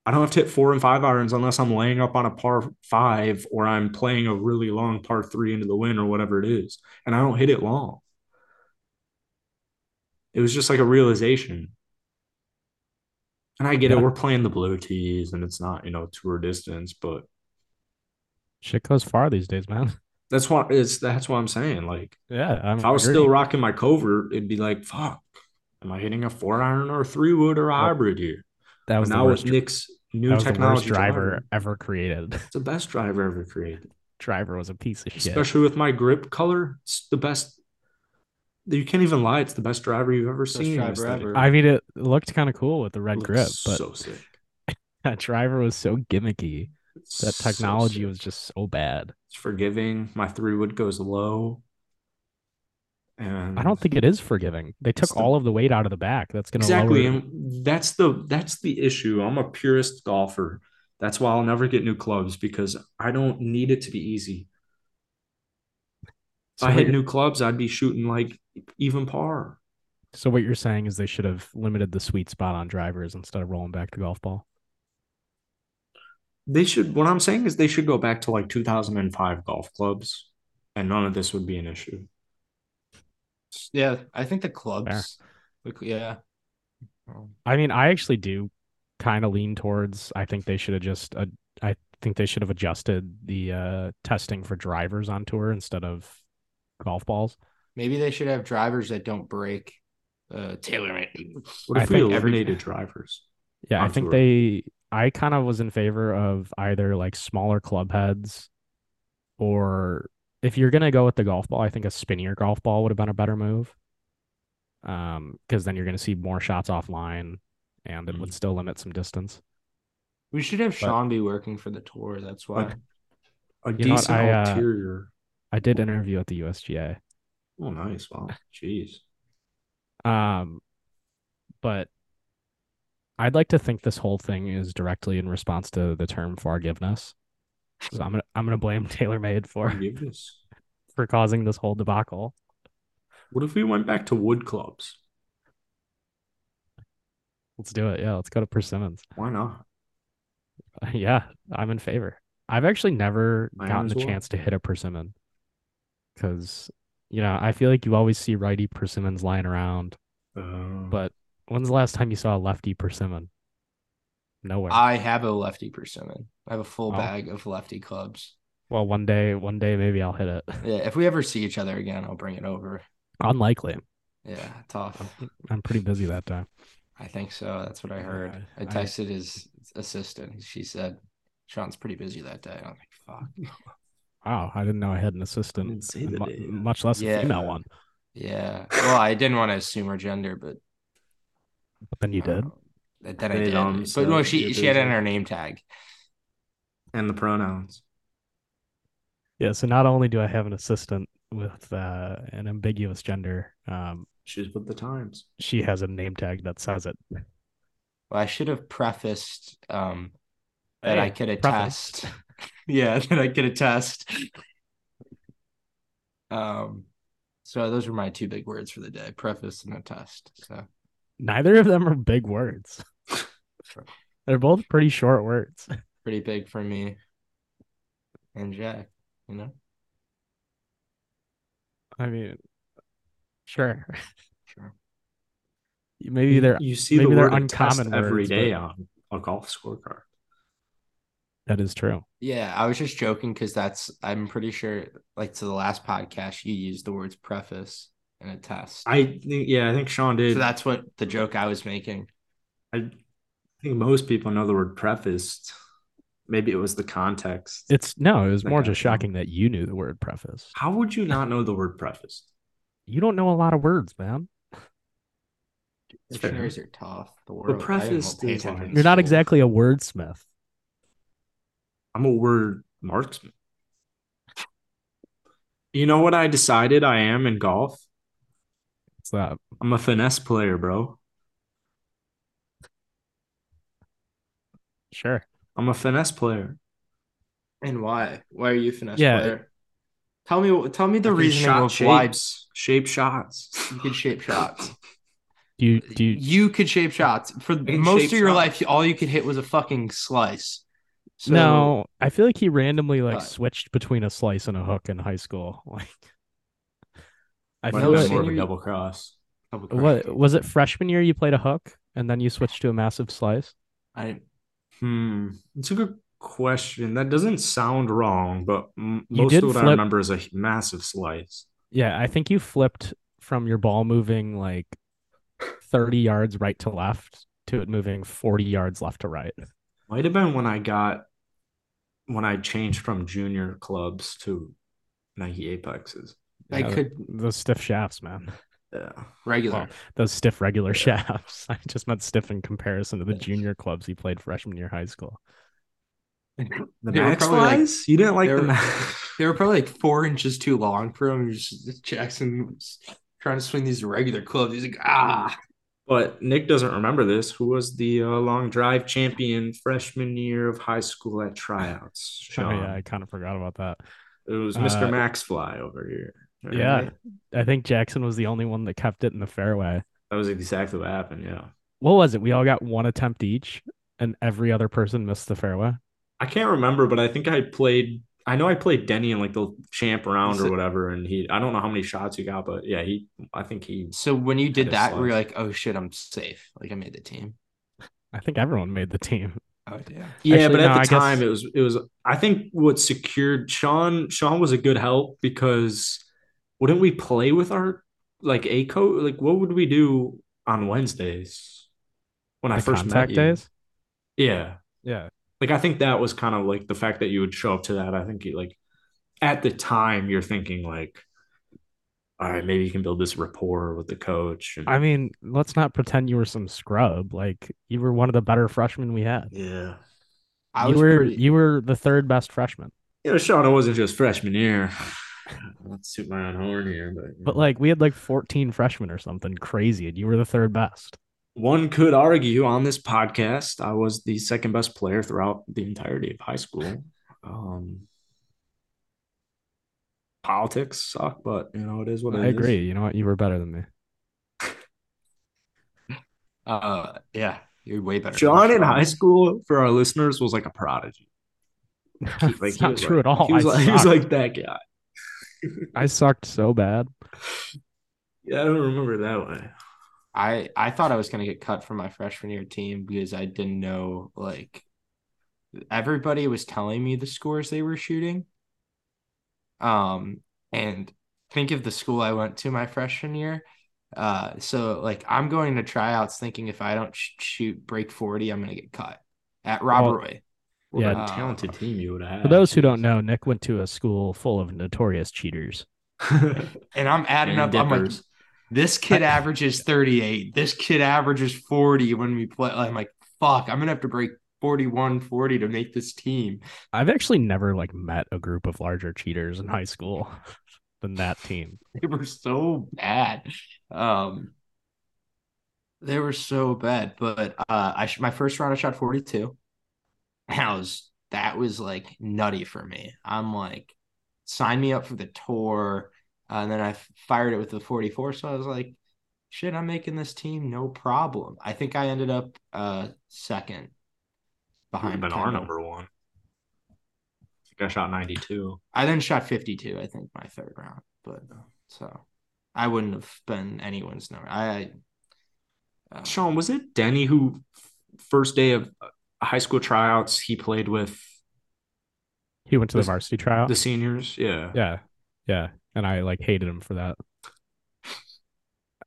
Speaker 1: I don't have to hit four and five irons unless I'm laying up on a par five or I'm playing a really long par three into the wind or whatever it is. And I don't hit it long. It was just like a realization. And I get it.
Speaker 2: Yeah.
Speaker 1: We're playing the blue tees and it's not, you know, tour distance, but
Speaker 2: Shit goes far these days, man.
Speaker 1: that's why it's that's what I'm saying. Like
Speaker 2: Yeah, I'm
Speaker 1: if I was still
Speaker 2: agreeing.
Speaker 1: rocking my covert, it'd be like, fuck, am I hitting a four iron or a three wood or a hybrid here?
Speaker 2: That was
Speaker 1: But
Speaker 2: the
Speaker 1: now
Speaker 2: worst
Speaker 1: with Nick's new
Speaker 2: that was the worst
Speaker 1: technology
Speaker 2: driver ever created.
Speaker 1: It's the best driver ever created,
Speaker 2: driver was a piece of shit.
Speaker 1: especially with my grip color. It's the best. You can't even lie. It's the best driver you've ever seen.
Speaker 3: driver
Speaker 1: aesthetic.
Speaker 3: ever.
Speaker 2: I mean, it looked kind of cool with the red
Speaker 1: Looks
Speaker 2: grip, but
Speaker 1: so sick.
Speaker 2: that driver was so gimmicky.
Speaker 1: It's
Speaker 2: That
Speaker 1: so
Speaker 2: technology
Speaker 1: sick.
Speaker 2: was just so bad.
Speaker 1: It's forgiving. My three wood goes low, and
Speaker 2: I don't think it is forgiving. They took
Speaker 1: It's the-
Speaker 2: all of the weight out of the back. That's going to
Speaker 1: exactly
Speaker 2: lower.
Speaker 1: and that's the that's the issue i'm a purist golfer that's why i'll never get new clubs because i don't need it to be easy if
Speaker 2: So
Speaker 1: i
Speaker 2: what
Speaker 1: hit
Speaker 2: you're-
Speaker 1: new clubs i'd be shooting like even par
Speaker 2: So what you're saying is they should have limited the sweet spot on drivers instead of rolling back the golf ball.
Speaker 1: they should what i'm saying is they should go back to like 2005 golf clubs and none of this would be an issue
Speaker 3: Yeah, I think the clubs. the cl- yeah. Um,
Speaker 2: I mean, I actually do kind of lean towards. I think they should have just. Uh, I think they should have adjusted the uh, testing for drivers on tour instead of golf balls.
Speaker 3: Maybe they should have drivers that don't break. Uh, tailor made.
Speaker 1: what
Speaker 2: I
Speaker 1: if we
Speaker 2: think every-
Speaker 1: eliminated drivers
Speaker 2: Yeah, I
Speaker 1: on
Speaker 2: think
Speaker 1: tour.
Speaker 2: they. I kind of was in favor of either like smaller club heads, or if you're gonna go with the golf ball, I think a spinnier golf ball would have been a better move. Um, because then you're gonna see more shots offline, and it
Speaker 1: Mm.
Speaker 2: would still limit some distance.
Speaker 3: We should have Sean be working for the tour. That's why.
Speaker 1: But- a
Speaker 2: You know what,
Speaker 1: decent
Speaker 2: I, uh,
Speaker 1: ulterior
Speaker 2: I did interview at the USGA.
Speaker 1: oh nice wow jeez
Speaker 2: Um, but I'd like to think this whole thing is directly in response to the term forgiveness. So I'm gonna I'm gonna blame TaylorMade for
Speaker 1: forgiveness
Speaker 2: for causing this whole debacle.
Speaker 1: what if we went back to wood clubs
Speaker 2: Let's do it. Yeah, let's go to persimmons.
Speaker 1: why not
Speaker 2: Yeah, I'm in favor. I've actually never
Speaker 1: I am
Speaker 2: gotten
Speaker 1: as
Speaker 2: the
Speaker 1: well.
Speaker 2: chance to hit a persimmon because you know I feel like you always see righty persimmons lying around,
Speaker 1: Uh,
Speaker 2: but when's the last time you saw a lefty persimmon? Nowhere.
Speaker 3: I have a lefty persimmon. I have a full
Speaker 2: Oh.
Speaker 3: bag of lefty clubs.
Speaker 2: Well, one day, one day maybe I'll hit it.
Speaker 3: Yeah, if we ever see each other again, I'll bring it over.
Speaker 2: Unlikely.
Speaker 3: Yeah, tough.
Speaker 2: I'm pretty busy that time.
Speaker 3: I think so. That's what I heard.
Speaker 2: I-
Speaker 3: I texted his assistant. She said, Sean's pretty busy that day. I'm like, fuck.
Speaker 2: Wow, I didn't know I had an assistant,
Speaker 1: didn't say
Speaker 2: and
Speaker 1: the
Speaker 2: mu-
Speaker 1: day.
Speaker 2: much less
Speaker 3: Yeah.
Speaker 2: a female one.
Speaker 3: Yeah. Well, I didn't want to assume her gender, but
Speaker 2: But then you did.
Speaker 3: um, that that I
Speaker 1: They
Speaker 3: did.
Speaker 1: don't,
Speaker 3: But
Speaker 1: so
Speaker 3: well,
Speaker 1: you're
Speaker 3: she she had it in
Speaker 1: busy.
Speaker 3: her name tag.
Speaker 1: and the pronouns
Speaker 2: Yeah. So not only do I have an assistant with uh, an ambiguous gender, um,
Speaker 1: She's with the times.
Speaker 2: she has a name tag that says it.
Speaker 3: Well, I should have prefaced um that I
Speaker 2: Hey,
Speaker 3: could
Speaker 2: preface.
Speaker 3: attest yeah, that I could attest. Um, so those were my two big words for the day: preface and a test. So
Speaker 2: Neither of them are big words. They're both pretty short words.
Speaker 3: pretty big for me and Jack. You know,
Speaker 2: I mean, sure.
Speaker 3: sure.
Speaker 2: Maybe they're
Speaker 1: you see
Speaker 2: maybe
Speaker 1: the
Speaker 2: they're
Speaker 1: word uncommonly
Speaker 2: uncommon
Speaker 1: every
Speaker 2: words, but-
Speaker 1: day on a golf scorecard.
Speaker 2: that is true.
Speaker 3: Yeah, I was just joking because that's I'm pretty sure like to the last podcast you used the words preface and a test.
Speaker 1: I think yeah, I think Sean did.
Speaker 3: so that's what the joke I was making.
Speaker 1: I think most people know the word prefaced. Maybe it was the context.
Speaker 2: It's no, it was
Speaker 1: That
Speaker 2: more
Speaker 1: guy.
Speaker 2: just shocking that you knew the word preface.
Speaker 1: How would you not know the word prefaced?
Speaker 2: You don't know a lot of words, man.
Speaker 1: It's fair.
Speaker 3: Dictionaries are tough. The world. I didn't
Speaker 1: preface
Speaker 3: pay
Speaker 1: is like-
Speaker 3: attention in
Speaker 2: You're not
Speaker 3: school.
Speaker 2: exactly a wordsmith.
Speaker 1: I'm a word marksman. You know what I decided I am in golf?
Speaker 2: It's that
Speaker 1: I'm a finesse player, bro.
Speaker 2: sure.
Speaker 1: I'm a finesse player.
Speaker 3: And why? Why are you a finesse
Speaker 2: Yeah.
Speaker 3: player? Tell me. Tell me the
Speaker 1: I can
Speaker 3: reasoning
Speaker 1: shot
Speaker 3: of why
Speaker 1: shapes, shape shots.
Speaker 3: you could shape shots.
Speaker 2: Do you do you,
Speaker 3: You could shape shots for
Speaker 1: can
Speaker 3: most of
Speaker 1: shape
Speaker 3: your
Speaker 1: shots.
Speaker 3: life. All you could hit was a fucking slice. So,
Speaker 2: no? I feel like he randomly like
Speaker 3: But-
Speaker 2: switched between a slice and a hook in high school. Like, I
Speaker 1: Might
Speaker 2: feel
Speaker 1: have been
Speaker 2: like
Speaker 1: more of a
Speaker 3: Senior-
Speaker 1: double cross.
Speaker 3: Double cross.
Speaker 2: what was it freshman year you played a hook and then you switched to a massive slice.
Speaker 3: I didn't.
Speaker 1: Hmm. It's a good question. That doesn't sound wrong, but m-
Speaker 2: You
Speaker 1: most
Speaker 2: did
Speaker 1: of what I
Speaker 2: flip-
Speaker 1: remember is a massive slice.
Speaker 2: Yeah, I think you flipped from your ball moving like 30 yards right to left to it moving 40 yards left to right.
Speaker 1: Might have been when I got when I changed from junior clubs to Nike Apexes.
Speaker 3: I
Speaker 2: Yeah,
Speaker 3: could
Speaker 2: Those stiff shafts, man.
Speaker 1: Yeah.
Speaker 3: regular.
Speaker 2: Well, Those stiff regular
Speaker 1: Yeah.
Speaker 2: shafts. I just meant stiff in comparison to the junior clubs he played freshman year high school.
Speaker 1: The
Speaker 3: They were
Speaker 1: max
Speaker 3: probably like-
Speaker 1: slice? you didn't like
Speaker 3: they
Speaker 1: the
Speaker 3: were-
Speaker 1: max.
Speaker 3: They were probably like four inches too long for him. He was just- Jackson was trying to swing these regular clubs. He's like, ah,
Speaker 1: But Nick doesn't remember this. Who was the uh, long drive champion freshman year of high school at tryouts?
Speaker 2: Oh,
Speaker 1: Sean.
Speaker 2: yeah, I kind of forgot about that.
Speaker 1: It was
Speaker 2: Uh,
Speaker 1: Mr. Max Fly over here.
Speaker 2: Yeah.
Speaker 1: right?
Speaker 2: I think Jackson was the only one that kept it in the fairway.
Speaker 1: That was exactly what happened. Yeah.
Speaker 2: What was it? We all got one attempt each and every other person missed the fairway.
Speaker 1: I can't remember, but I think I played. I know I played Denny in like the champ round
Speaker 3: Was
Speaker 1: or
Speaker 3: it-
Speaker 1: whatever, and he. I don't know how many shots he got, but yeah, he. I think he.
Speaker 3: So when you
Speaker 1: Kinda
Speaker 3: did that, were you
Speaker 1: sucks.
Speaker 3: like, oh shit, I'm safe. Like I made the team.
Speaker 2: I think everyone made the team.
Speaker 3: Oh yeah.
Speaker 1: Yeah,
Speaker 2: Actually,
Speaker 1: but at
Speaker 2: no,
Speaker 1: the
Speaker 2: I guess-
Speaker 1: time it was it was. I think what secured Sean. Sean was a good help because wouldn't we play with our like a coach? Like what would we do on Wednesdays when I
Speaker 2: the
Speaker 1: first met
Speaker 2: contact
Speaker 1: you?
Speaker 2: days.
Speaker 1: Yeah,
Speaker 2: Yeah.
Speaker 1: like I think that was kind of like the fact that you would show up to that. I think you like at the time you're thinking like, all right, maybe you can build this rapport with the coach. And
Speaker 2: I mean, let's not pretend you were some scrub. Like you were one of the better freshmen we had.
Speaker 1: yeah,
Speaker 3: I
Speaker 2: you
Speaker 3: was
Speaker 2: were
Speaker 3: pretty,
Speaker 2: you were the third best freshman.
Speaker 1: you know, Sean, it wasn't just freshman year. Let's toot my own horn here, but you
Speaker 2: But
Speaker 1: know.
Speaker 2: like we had like 14 freshmen or something crazy, and you were the third best.
Speaker 1: one could argue on this podcast, I was the second best player throughout the entirety of high school. Um, politics suck, but you know it is what it is.
Speaker 2: I agree. You know what? You were better than me.
Speaker 3: uh yeah, you're way better. than
Speaker 1: John in
Speaker 3: Sean.
Speaker 1: high school for our listeners was like a prodigy.
Speaker 2: It's
Speaker 1: Like, he
Speaker 2: not
Speaker 1: was
Speaker 2: true
Speaker 1: like-
Speaker 2: at all.
Speaker 1: He was,
Speaker 2: I,
Speaker 1: like, he was
Speaker 2: sucked.
Speaker 1: like that guy.
Speaker 2: I sucked so bad.
Speaker 1: Yeah, I don't remember it that way.
Speaker 3: I I thought I was gonna get cut from my freshman year team because I didn't know like everybody was telling me the scores they were shooting. Um and think of the school I went to my freshman year. Uh so like I'm going to tryouts thinking if I don't sh- shoot break 40, I'm gonna get cut at Rob
Speaker 2: Well,
Speaker 3: Roy.
Speaker 1: What
Speaker 2: Yeah.
Speaker 1: a talented team you would have.
Speaker 2: For those who don't know, Nick went to a school full of notorious cheaters.
Speaker 1: know,
Speaker 3: And I'm adding up, I'm like, this kid averages 38 this kid averages 40 when we play i'm like fuck i'm gonna have to break 41 40 to make this team
Speaker 2: I've actually never like met a group of larger cheaters in high school than that team.
Speaker 3: they were so bad um they were so bad but uh i sh- my first round i shot 42 i was that was like nutty for me. I'm like, sign me up for the tour. Uh, and then I fired it with the 44. So I was like, shit, I'm making this team no problem. I think I ended up uh, second behind
Speaker 1: been our
Speaker 3: Kendall.
Speaker 1: number one. I think I shot 92.
Speaker 3: I then shot 52, I think, my third round. But so I wouldn't have been anyone's number. I, I uh,
Speaker 1: Sean, was it Denny who first day of uh, high school tryouts he played with
Speaker 2: He went to the
Speaker 1: This-
Speaker 2: varsity tryout.
Speaker 1: the seniors? Yeah.
Speaker 2: Yeah. Yeah. And I like hated him for that.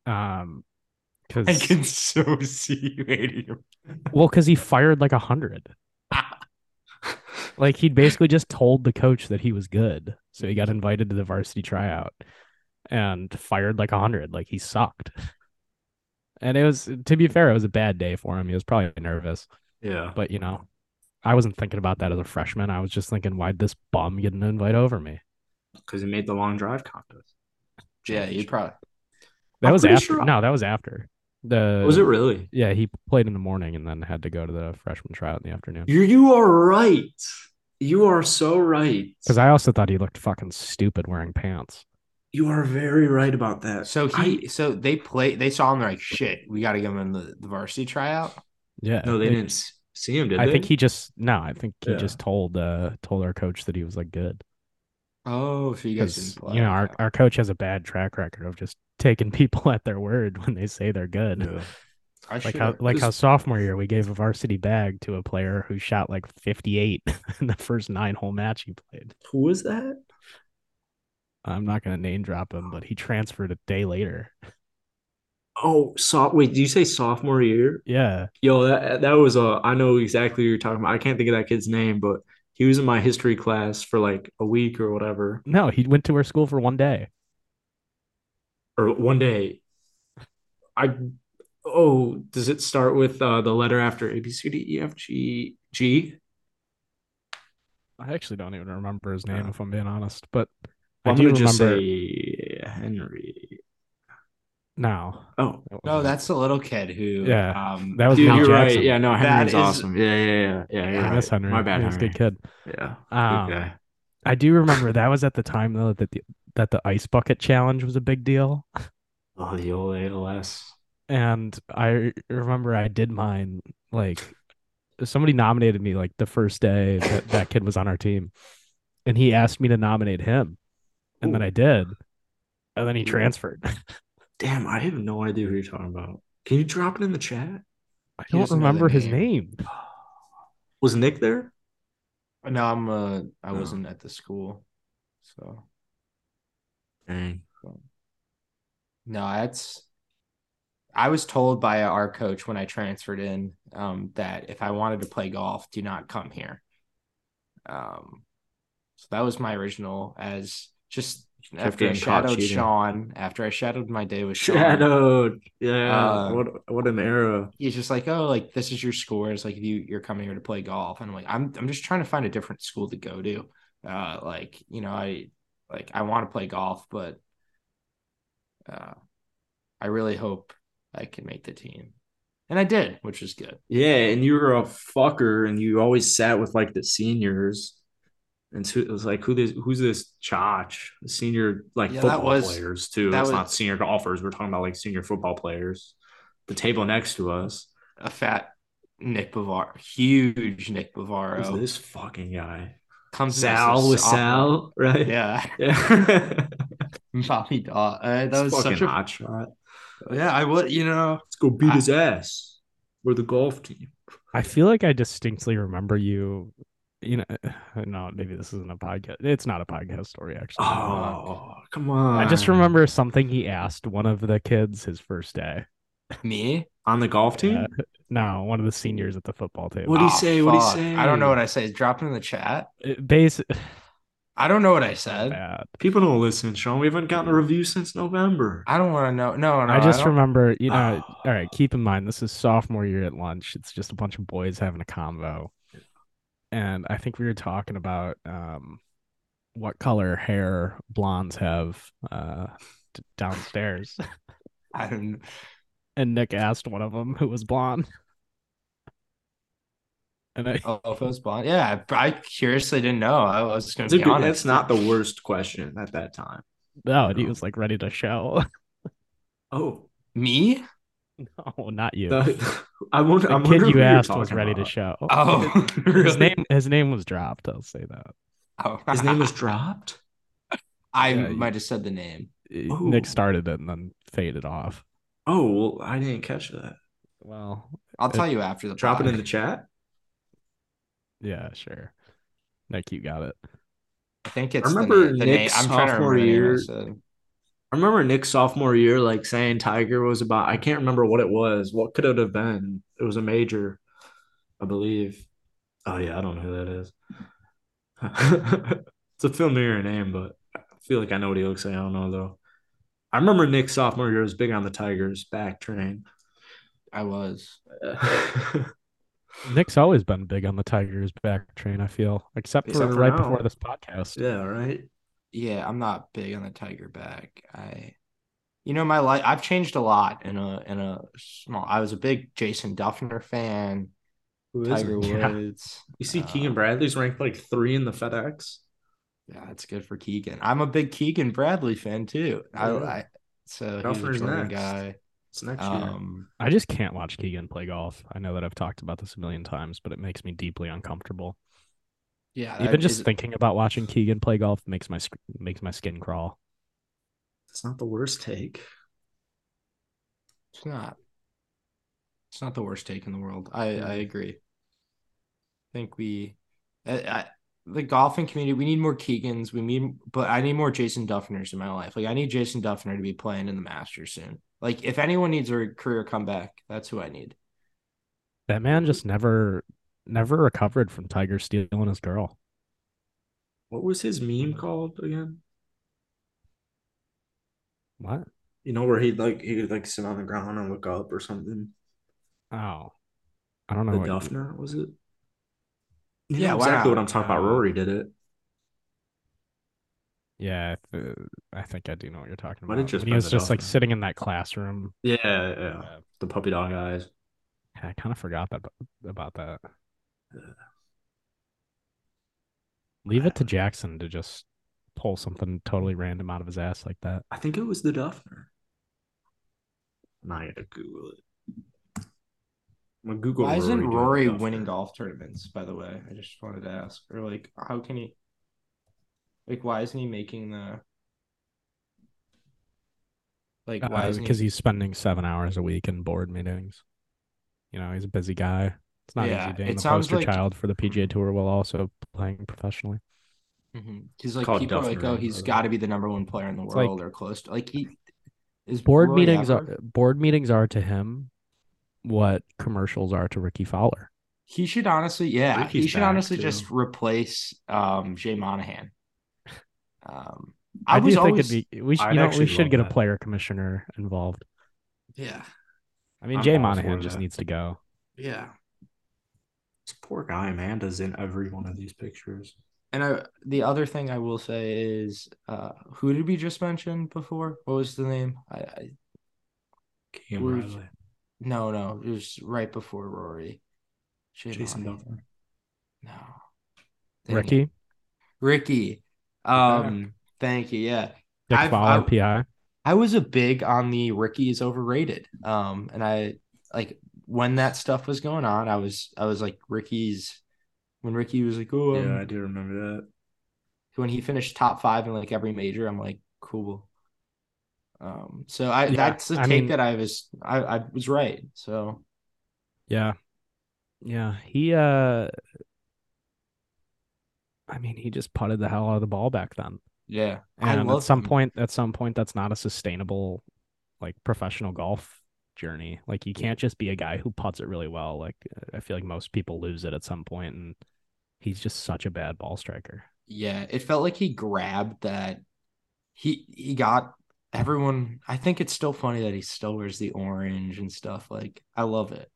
Speaker 2: Um cuz
Speaker 3: I can so see you hating him.
Speaker 2: well cuz he fired like a 100. like he'd basically just told the coach that he was good. So he got invited to the varsity tryout and fired like a 100 like he sucked. And it was to be fair, it was a bad day for him. He was probably nervous,
Speaker 1: Yeah.
Speaker 2: but you know, I wasn't thinking about that as a freshman. I was just thinking why'd this bum get an invite over me?
Speaker 1: Because he made the long drive contest.
Speaker 3: Yeah, you probably.
Speaker 2: That
Speaker 1: I'm
Speaker 2: was
Speaker 1: pretty
Speaker 2: after.
Speaker 1: sure-
Speaker 2: No, that was after. The
Speaker 1: was it really?
Speaker 2: Yeah, he played in the morning and then had to go to the freshman tryout in the afternoon.
Speaker 1: You you are right. You are so right.
Speaker 2: Because I also thought he looked fucking stupid wearing pants.
Speaker 1: You are very right about that.
Speaker 3: So he, so they play. They saw him. They're like, shit, we got to give him the, the varsity tryout.
Speaker 2: Yeah.
Speaker 1: I, no, they
Speaker 2: like,
Speaker 1: didn't s- see him, did
Speaker 2: I
Speaker 1: they?
Speaker 2: think he just no. I think he
Speaker 1: Yeah.
Speaker 2: just told uh told our coach that he was like good
Speaker 3: Oh, so you guys
Speaker 2: because
Speaker 3: didn't play.
Speaker 2: you know our, our coach has a bad track record of just taking people at their word when they say they're good.
Speaker 1: Yeah.
Speaker 3: I
Speaker 2: Like
Speaker 3: should've-
Speaker 2: how like how
Speaker 1: Just-
Speaker 2: sophomore year we gave a varsity bag to a player who shot like fifty eight in the first nine hole match he played.
Speaker 1: Who was that?
Speaker 2: I'm not gonna name drop him, but he transferred a day later.
Speaker 1: Oh, so wait, did you say sophomore year?
Speaker 2: Yeah.
Speaker 1: Yo, that that was uh I know exactly who you're talking about. I can't think of that kid's name, but he was in my history class for like a week or whatever.
Speaker 2: No, he went to our school for one day.
Speaker 1: Or one day. I oh, does it start with uh the letter after A B C D E F G G?
Speaker 2: I actually don't even remember his name
Speaker 1: Yeah.
Speaker 2: if I'm being honest, but
Speaker 1: Well,
Speaker 2: I
Speaker 1: I'm
Speaker 2: do
Speaker 1: gonna
Speaker 2: remember
Speaker 1: just say Henry.
Speaker 2: now.
Speaker 1: Oh,
Speaker 3: No, that's the little kid who.
Speaker 2: Yeah,
Speaker 3: um,
Speaker 2: that was
Speaker 1: dude,
Speaker 2: Mount
Speaker 1: you're
Speaker 2: Jackson.
Speaker 1: right. Yeah, no, Henry's
Speaker 3: is-
Speaker 1: awesome. Yeah, yeah, yeah, yeah. yeah
Speaker 2: I miss Henry.
Speaker 1: My bad,
Speaker 2: He was a
Speaker 1: Henry.
Speaker 2: good kid.
Speaker 1: Yeah,
Speaker 2: Um,
Speaker 1: good guy.
Speaker 2: I do remember that was at the time though that the that the ice bucket challenge was a big deal,
Speaker 1: Oh, the old ALS.
Speaker 2: and I remember I did mine. Like somebody nominated me like the first day that that kid was on our team, and he asked me to nominate him, and then
Speaker 1: Ooh.
Speaker 2: I did, and then he transferred.
Speaker 1: Damn, I have no idea who you're talking about. Can you drop it in the chat?
Speaker 2: I
Speaker 3: He
Speaker 2: don't
Speaker 3: doesn't know the
Speaker 2: remember his
Speaker 3: name.
Speaker 2: name.
Speaker 1: Was Nick there?
Speaker 3: No, I'm. Uh, I
Speaker 1: No.
Speaker 3: wasn't at the school, so
Speaker 1: Dang.
Speaker 3: no. That's. I was told by our coach when I transferred in um, that if I wanted to play golf, do not come here. Um, so that was my original as just after I
Speaker 1: getting caught
Speaker 3: shadowed
Speaker 1: cheating.
Speaker 3: Sean. After I shadowed my day with Sean,
Speaker 1: Shadowed. Yeah.
Speaker 3: Uh,
Speaker 1: what what an era.
Speaker 3: he's just like, oh, like this is your score. It's like if you you're coming here to play golf, and I'm like, I'm I'm just trying to find a different school to go to. Uh, like you know, I like I want to play golf, but uh, I really hope I can make the team, and I did, which was good.
Speaker 1: Yeah, and you were a fucker and you always sat with like the seniors. And so it was like who this who's this Chach? The senior like
Speaker 3: Yeah, that
Speaker 1: football
Speaker 3: was-
Speaker 1: players too.
Speaker 3: that
Speaker 1: It's
Speaker 3: was-
Speaker 1: not senior golfers. We're talking about like senior football players. The table next to us.
Speaker 3: A fat Nick Bavaro, huge Nick
Speaker 1: Who's
Speaker 3: Bavaro,
Speaker 1: this fucking guy?
Speaker 3: comes in as a
Speaker 1: Sal with
Speaker 3: sophomore.
Speaker 1: Sal, right?
Speaker 3: Yeah,
Speaker 1: Yeah.
Speaker 3: Bobby Daw. Uh, that
Speaker 1: It's
Speaker 3: was such
Speaker 1: fucking
Speaker 3: a
Speaker 1: hot shot.
Speaker 3: yeah. I would you know
Speaker 1: Let's go beat
Speaker 3: I-
Speaker 1: his ass. We're the golf team.
Speaker 2: I feel like I distinctly remember you. You know, no, maybe this isn't a podcast. It's not a podcast story, actually. Never mind.
Speaker 1: Oh, come on.
Speaker 2: I just remember something he asked one of the kids his first day.
Speaker 3: me.
Speaker 1: on the golf team.
Speaker 2: Uh, no, one of the seniors at the football table.
Speaker 1: What'd he
Speaker 3: Aw,
Speaker 1: say? What'd he
Speaker 3: Ah, fuck. I don't know
Speaker 1: say?
Speaker 3: what I say. Drop it in the chat.
Speaker 2: It Base
Speaker 3: I don't know what I said.
Speaker 2: bad.
Speaker 1: People don't listen, Sean. We haven't gotten a review since November.
Speaker 3: I don't want to know. No, no.
Speaker 2: I just
Speaker 3: don't-
Speaker 2: remember, you know.
Speaker 1: Ah.
Speaker 2: All right, keep in mind this is sophomore year at lunch. It's just a bunch of boys having a convo, and I think we were talking about um, what color hair blondes have uh, d- downstairs.
Speaker 3: I don't.
Speaker 2: and Nick asked one of them who was blonde. And I,
Speaker 3: Oh, if it was blonde, yeah. I curiously didn't know. I was going
Speaker 1: That's,
Speaker 3: to
Speaker 1: a
Speaker 3: be
Speaker 1: good-
Speaker 3: honest.
Speaker 1: that's not the worst question at that time.
Speaker 2: no, and he was like ready to show.
Speaker 1: Oh,
Speaker 3: me.
Speaker 2: no, Oh, not you. The,
Speaker 1: the- I wonder. I'm
Speaker 2: kid
Speaker 1: wondering who you're
Speaker 2: you asked was
Speaker 1: talking
Speaker 2: ready
Speaker 1: about.
Speaker 2: to show.
Speaker 3: Oh,
Speaker 2: His
Speaker 3: really?
Speaker 2: name his name was dropped. I'll say that.
Speaker 3: Oh.
Speaker 1: His name was dropped.
Speaker 3: I
Speaker 2: Yeah, you-
Speaker 3: might have said the name.
Speaker 2: Uh, Nick
Speaker 1: Oh.
Speaker 2: started it and then faded off.
Speaker 1: Oh well, I didn't catch that.
Speaker 2: Well,
Speaker 3: I'll tell you after the
Speaker 1: Drop it
Speaker 3: pod.
Speaker 1: in the chat.
Speaker 2: yeah, sure. Nick, you got it.
Speaker 3: I think it's
Speaker 1: remember
Speaker 3: the, na- the name.
Speaker 1: Nick's
Speaker 3: I'm trying to
Speaker 1: sophomore
Speaker 3: remember the name I
Speaker 1: year-
Speaker 3: said.
Speaker 1: I remember Nick's sophomore year, like saying Tiger was about. I can't remember what it was. What could it have been? It was a major, I believe. Oh yeah, I don't know who that is. it's a familiar name, but I feel like I know what he looks like. I don't know though. I remember Nick's sophomore year was big on the Tigers back train.
Speaker 3: I was.
Speaker 2: Nick's always been big on the Tigers back train, I feel, except for
Speaker 1: Except for
Speaker 2: right
Speaker 1: now.
Speaker 2: before this podcast.
Speaker 1: yeah, right.
Speaker 3: Yeah, I'm not big on the tiger back. I, you know, my life. I've changed a lot in a in a small. I was a big Jason Duffner fan.
Speaker 1: Who is
Speaker 3: Tiger
Speaker 1: it?
Speaker 2: Yeah.
Speaker 3: Woods.
Speaker 1: You see,
Speaker 3: uh,
Speaker 1: Keegan Bradley's ranked like three in the FedEx.
Speaker 3: Yeah, it's good for Keegan. I'm a big Keegan Bradley fan too. I,
Speaker 1: Yeah.
Speaker 3: I so he's a
Speaker 1: Duffner's
Speaker 3: Jordan
Speaker 1: next.
Speaker 3: guy.
Speaker 1: It's next year.
Speaker 3: Um,
Speaker 2: I just can't watch Keegan play golf. I know that I've talked about this a million times, but it makes me deeply uncomfortable.
Speaker 3: yeah,
Speaker 2: Even
Speaker 3: that
Speaker 2: just
Speaker 3: is-
Speaker 2: thinking about watching Keegan play golf makes my sc- makes my skin crawl.
Speaker 1: It's not the worst take.
Speaker 3: It's not. It's not the worst take in the world. I I agree. I think we, I, I, the golfing community, we need more Keegans. We need, but I need more Jason Duffners in my life. Like I need Jason Duffner to be playing in the Masters soon. Like if anyone needs a career comeback, that's who I need.
Speaker 2: That man just never never recovered from Tiger stealing his girl.
Speaker 1: What was his
Speaker 3: mm.
Speaker 1: meme called again?
Speaker 2: What?
Speaker 1: You know where he'd like he would like sit on the ground and look up or something.
Speaker 2: Oh, I don't know.
Speaker 1: The
Speaker 2: what-
Speaker 1: Duffner was it? You
Speaker 3: Yeah,
Speaker 1: know
Speaker 3: why
Speaker 1: exactly
Speaker 3: not?
Speaker 1: what I'm talking about.
Speaker 2: Uh,
Speaker 1: Rory did it.
Speaker 2: Yeah, I th- I think I do know what you're talking
Speaker 1: Might
Speaker 2: about.
Speaker 1: have just
Speaker 2: When he
Speaker 1: been
Speaker 2: was
Speaker 1: the
Speaker 2: just like
Speaker 1: Duffner.
Speaker 2: sitting in that classroom.
Speaker 1: Yeah, yeah.
Speaker 2: Uh,
Speaker 1: The puppy dog eyes.
Speaker 2: I kind of forgot that about that. Leave it to Jackson to just pull something totally random out of his ass like that.
Speaker 1: I think it was the Duffner. Now I gotta Google it. I'm gonna Google.
Speaker 3: Why isn't
Speaker 1: doing the
Speaker 3: Rory
Speaker 1: Duffner.
Speaker 3: winning golf tournaments? By the way, I just wanted to ask. Or like, how can he? Like, why isn't he making the? Like, why isn't he
Speaker 2: Because Uh, he's spending seven hours a week in board meetings. You know, he's a busy guy. It's not
Speaker 3: Yeah,
Speaker 2: easy being
Speaker 3: it
Speaker 2: the
Speaker 3: sounds
Speaker 2: poster
Speaker 3: like- Mm-hmm.
Speaker 2: child for the PGA Tour while also playing professionally.
Speaker 3: Mhm. He's like
Speaker 1: called
Speaker 3: people are like,
Speaker 1: Duffner,
Speaker 3: oh,
Speaker 1: by
Speaker 3: he's
Speaker 1: the
Speaker 3: got to be the number one player in the
Speaker 2: It's like-
Speaker 3: world or close to like he is
Speaker 2: Board
Speaker 3: Rory
Speaker 2: meetings
Speaker 3: ever-
Speaker 2: are board meetings are to him what commercials are to Ricky Fowler.
Speaker 3: He should honestly, yeah,
Speaker 1: think
Speaker 3: he
Speaker 1: he's
Speaker 3: should
Speaker 1: back,
Speaker 3: honestly
Speaker 1: too.
Speaker 3: just replace um Jay Monahan. Um,
Speaker 2: I,
Speaker 3: I,
Speaker 2: do
Speaker 3: was
Speaker 2: think
Speaker 3: always,
Speaker 2: it'd be we should
Speaker 1: I'd
Speaker 2: you know we
Speaker 1: actually
Speaker 2: should
Speaker 1: love
Speaker 2: get a
Speaker 1: that.
Speaker 2: player commissioner involved.
Speaker 3: yeah,
Speaker 2: I mean,
Speaker 1: I'm
Speaker 2: Jay
Speaker 1: all for
Speaker 2: Monahan just
Speaker 1: that.
Speaker 2: needs to go.
Speaker 3: yeah.
Speaker 1: This poor guy Amanda's in every one of these pictures.
Speaker 3: And I, the other thing I will say is, uh, who did we just mention before? What was the name? I, I
Speaker 1: Keegan
Speaker 3: Where's-
Speaker 1: Bradley,
Speaker 3: no, no, it was right before Rory. Jay
Speaker 1: Jason
Speaker 3: Monahan.
Speaker 1: Duffner.
Speaker 3: No, Dang it.
Speaker 2: Ricky,
Speaker 3: Ricky. Um, thank you. Yeah.
Speaker 2: Dick
Speaker 3: I've-
Speaker 2: Fowler,
Speaker 3: I've-
Speaker 2: PI.
Speaker 3: I was a big on the Ricky is overrated. Um, and I like when that stuff was going on, I was I was like Ricky's when Ricky was like, oh, um,
Speaker 1: Yeah, I do remember that.
Speaker 3: when he finished top five in like every major, I'm like, cool. Um, so I
Speaker 2: Yeah,
Speaker 3: that's the
Speaker 2: I
Speaker 3: take
Speaker 2: mean-
Speaker 3: that I was I, I was right. So
Speaker 2: Yeah, yeah. He, uh, I mean, he just putted the hell out of the ball back then.
Speaker 3: yeah, I
Speaker 2: And at
Speaker 3: love
Speaker 2: some
Speaker 3: him.
Speaker 2: point, at some point, that's not a sustainable, like professional golf journey. Like you can't just be a guy who puts it really well. Like I feel like most people lose it at some point, and he's just such a bad ball striker.
Speaker 3: Yeah, it felt like he grabbed that. He he got everyone. I think it's still funny that he still wears the orange and stuff. Like I love it.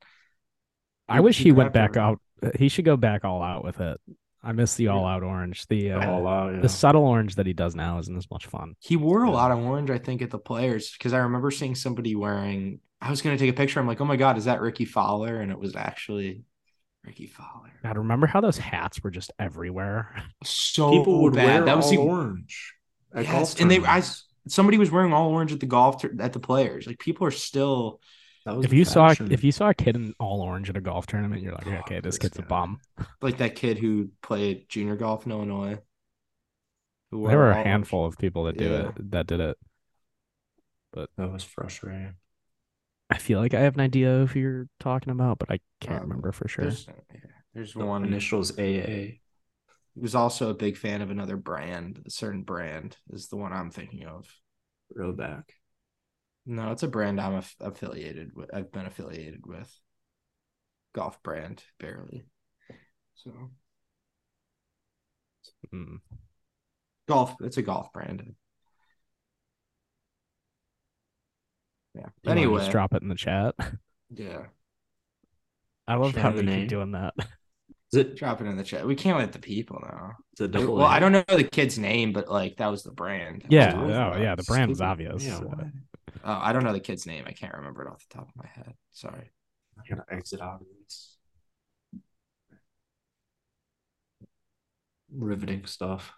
Speaker 2: I wish he went back
Speaker 3: grabbed her-
Speaker 2: out. He should go back all out with it. I miss the all out orange. The uh,
Speaker 1: All out, yeah.
Speaker 2: the subtle orange that he does now isn't as much fun.
Speaker 3: He wore a
Speaker 1: Yeah.
Speaker 3: lot of orange, I think, at the players because I remember seeing somebody wearing. I was gonna take a picture. I'm like, oh my god, is that Ricky Fowler? And it was actually Ricky Fowler.
Speaker 2: God, remember how those hats were just everywhere?
Speaker 3: So
Speaker 1: People would
Speaker 3: bad.
Speaker 1: wear
Speaker 3: that was
Speaker 1: all
Speaker 3: the
Speaker 1: orange. at
Speaker 3: yes,
Speaker 1: golf
Speaker 3: and they I
Speaker 1: tournaments.
Speaker 3: s- somebody was wearing all orange at the golf tur- at the players. Like people are still
Speaker 1: That was
Speaker 2: if
Speaker 1: the
Speaker 2: you saw
Speaker 1: fashion.
Speaker 2: if you saw a kid in all orange at a golf tournament, you're like,
Speaker 3: Oh,
Speaker 2: okay, this
Speaker 3: this
Speaker 2: kid's a
Speaker 3: guy.
Speaker 2: bum.
Speaker 3: like that kid who played junior golf in Illinois. who wore
Speaker 2: There were
Speaker 3: all
Speaker 2: a
Speaker 3: orange.
Speaker 2: handful of people that do
Speaker 3: Yeah.
Speaker 2: it that did it.
Speaker 1: that was frustrating.
Speaker 2: I feel like I have an idea of who you're talking about, but I can't
Speaker 3: Um,
Speaker 2: remember for sure.
Speaker 3: There's, yeah, there's
Speaker 1: The
Speaker 3: one.
Speaker 1: initials AA.
Speaker 3: He was also a big fan of another brand. A certain brand is the one I'm thinking of.
Speaker 1: Real back.
Speaker 3: No, it's a brand I'm aff- affiliated with. I've been affiliated with. Golf brand, barely. So
Speaker 2: Mm.
Speaker 3: golf. It's a golf brand. Yeah.
Speaker 2: You wanna
Speaker 3: anyway.
Speaker 2: just drop it in the chat.
Speaker 3: Yeah.
Speaker 2: I love
Speaker 1: Share
Speaker 2: how
Speaker 1: the
Speaker 2: we
Speaker 1: name.
Speaker 2: keep doing that.
Speaker 1: Is it
Speaker 3: Drop it in the chat. We can't let the people know.
Speaker 1: the double?
Speaker 3: well,
Speaker 1: I
Speaker 3: I don't know the kid's name, but like that was the brand.
Speaker 2: Yeah,
Speaker 1: Oh,
Speaker 2: oh yeah, the brand is obvious.
Speaker 1: Yeah,
Speaker 2: Uh,
Speaker 1: why?
Speaker 3: Oh, I don't know the kid's name. I can't remember it off the top of my head. Sorry.
Speaker 1: I gotta exit out of this. Riveting stuff.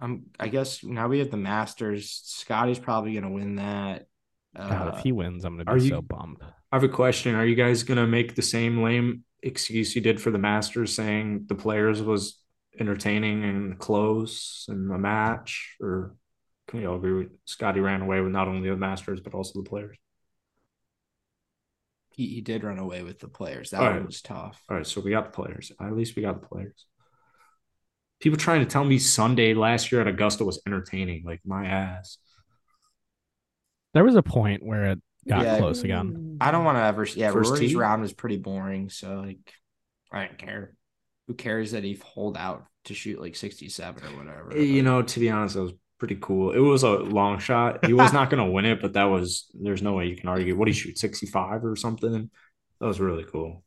Speaker 3: I'm. Um, I guess now we have the Masters. Scotty's probably gonna win that.
Speaker 2: God,
Speaker 3: Uh,
Speaker 2: if he wins, I'm gonna
Speaker 1: are
Speaker 2: be
Speaker 1: you-
Speaker 2: so bummed.
Speaker 1: I have a question. Are you guys gonna make the same lame excuse you did for the Masters, saying the players was entertaining and close and a match, or can we all agree with Scotty ran away with not only the Masters but also the players?
Speaker 3: he, he did run away with the players. That
Speaker 1: All
Speaker 3: one
Speaker 1: right.
Speaker 3: was tough.
Speaker 1: All right, so we got the players. At least we got the players. People trying to tell me Sunday last year at Augusta was entertaining, like my ass.
Speaker 2: There was a point where it got
Speaker 3: Yeah.
Speaker 2: close again.
Speaker 3: I don't want to ever. Yeah,
Speaker 1: First
Speaker 3: Rory's
Speaker 1: tee?
Speaker 3: round was pretty boring. So like, I don't care. Who cares that he hold out to shoot like sixty-seven or whatever?
Speaker 1: Eh, You know, to be honest, that was pretty cool. It was a long shot. He was not going to win it, but that was there's no way you can argue. What did he shoot? 65 or something? That was really cool.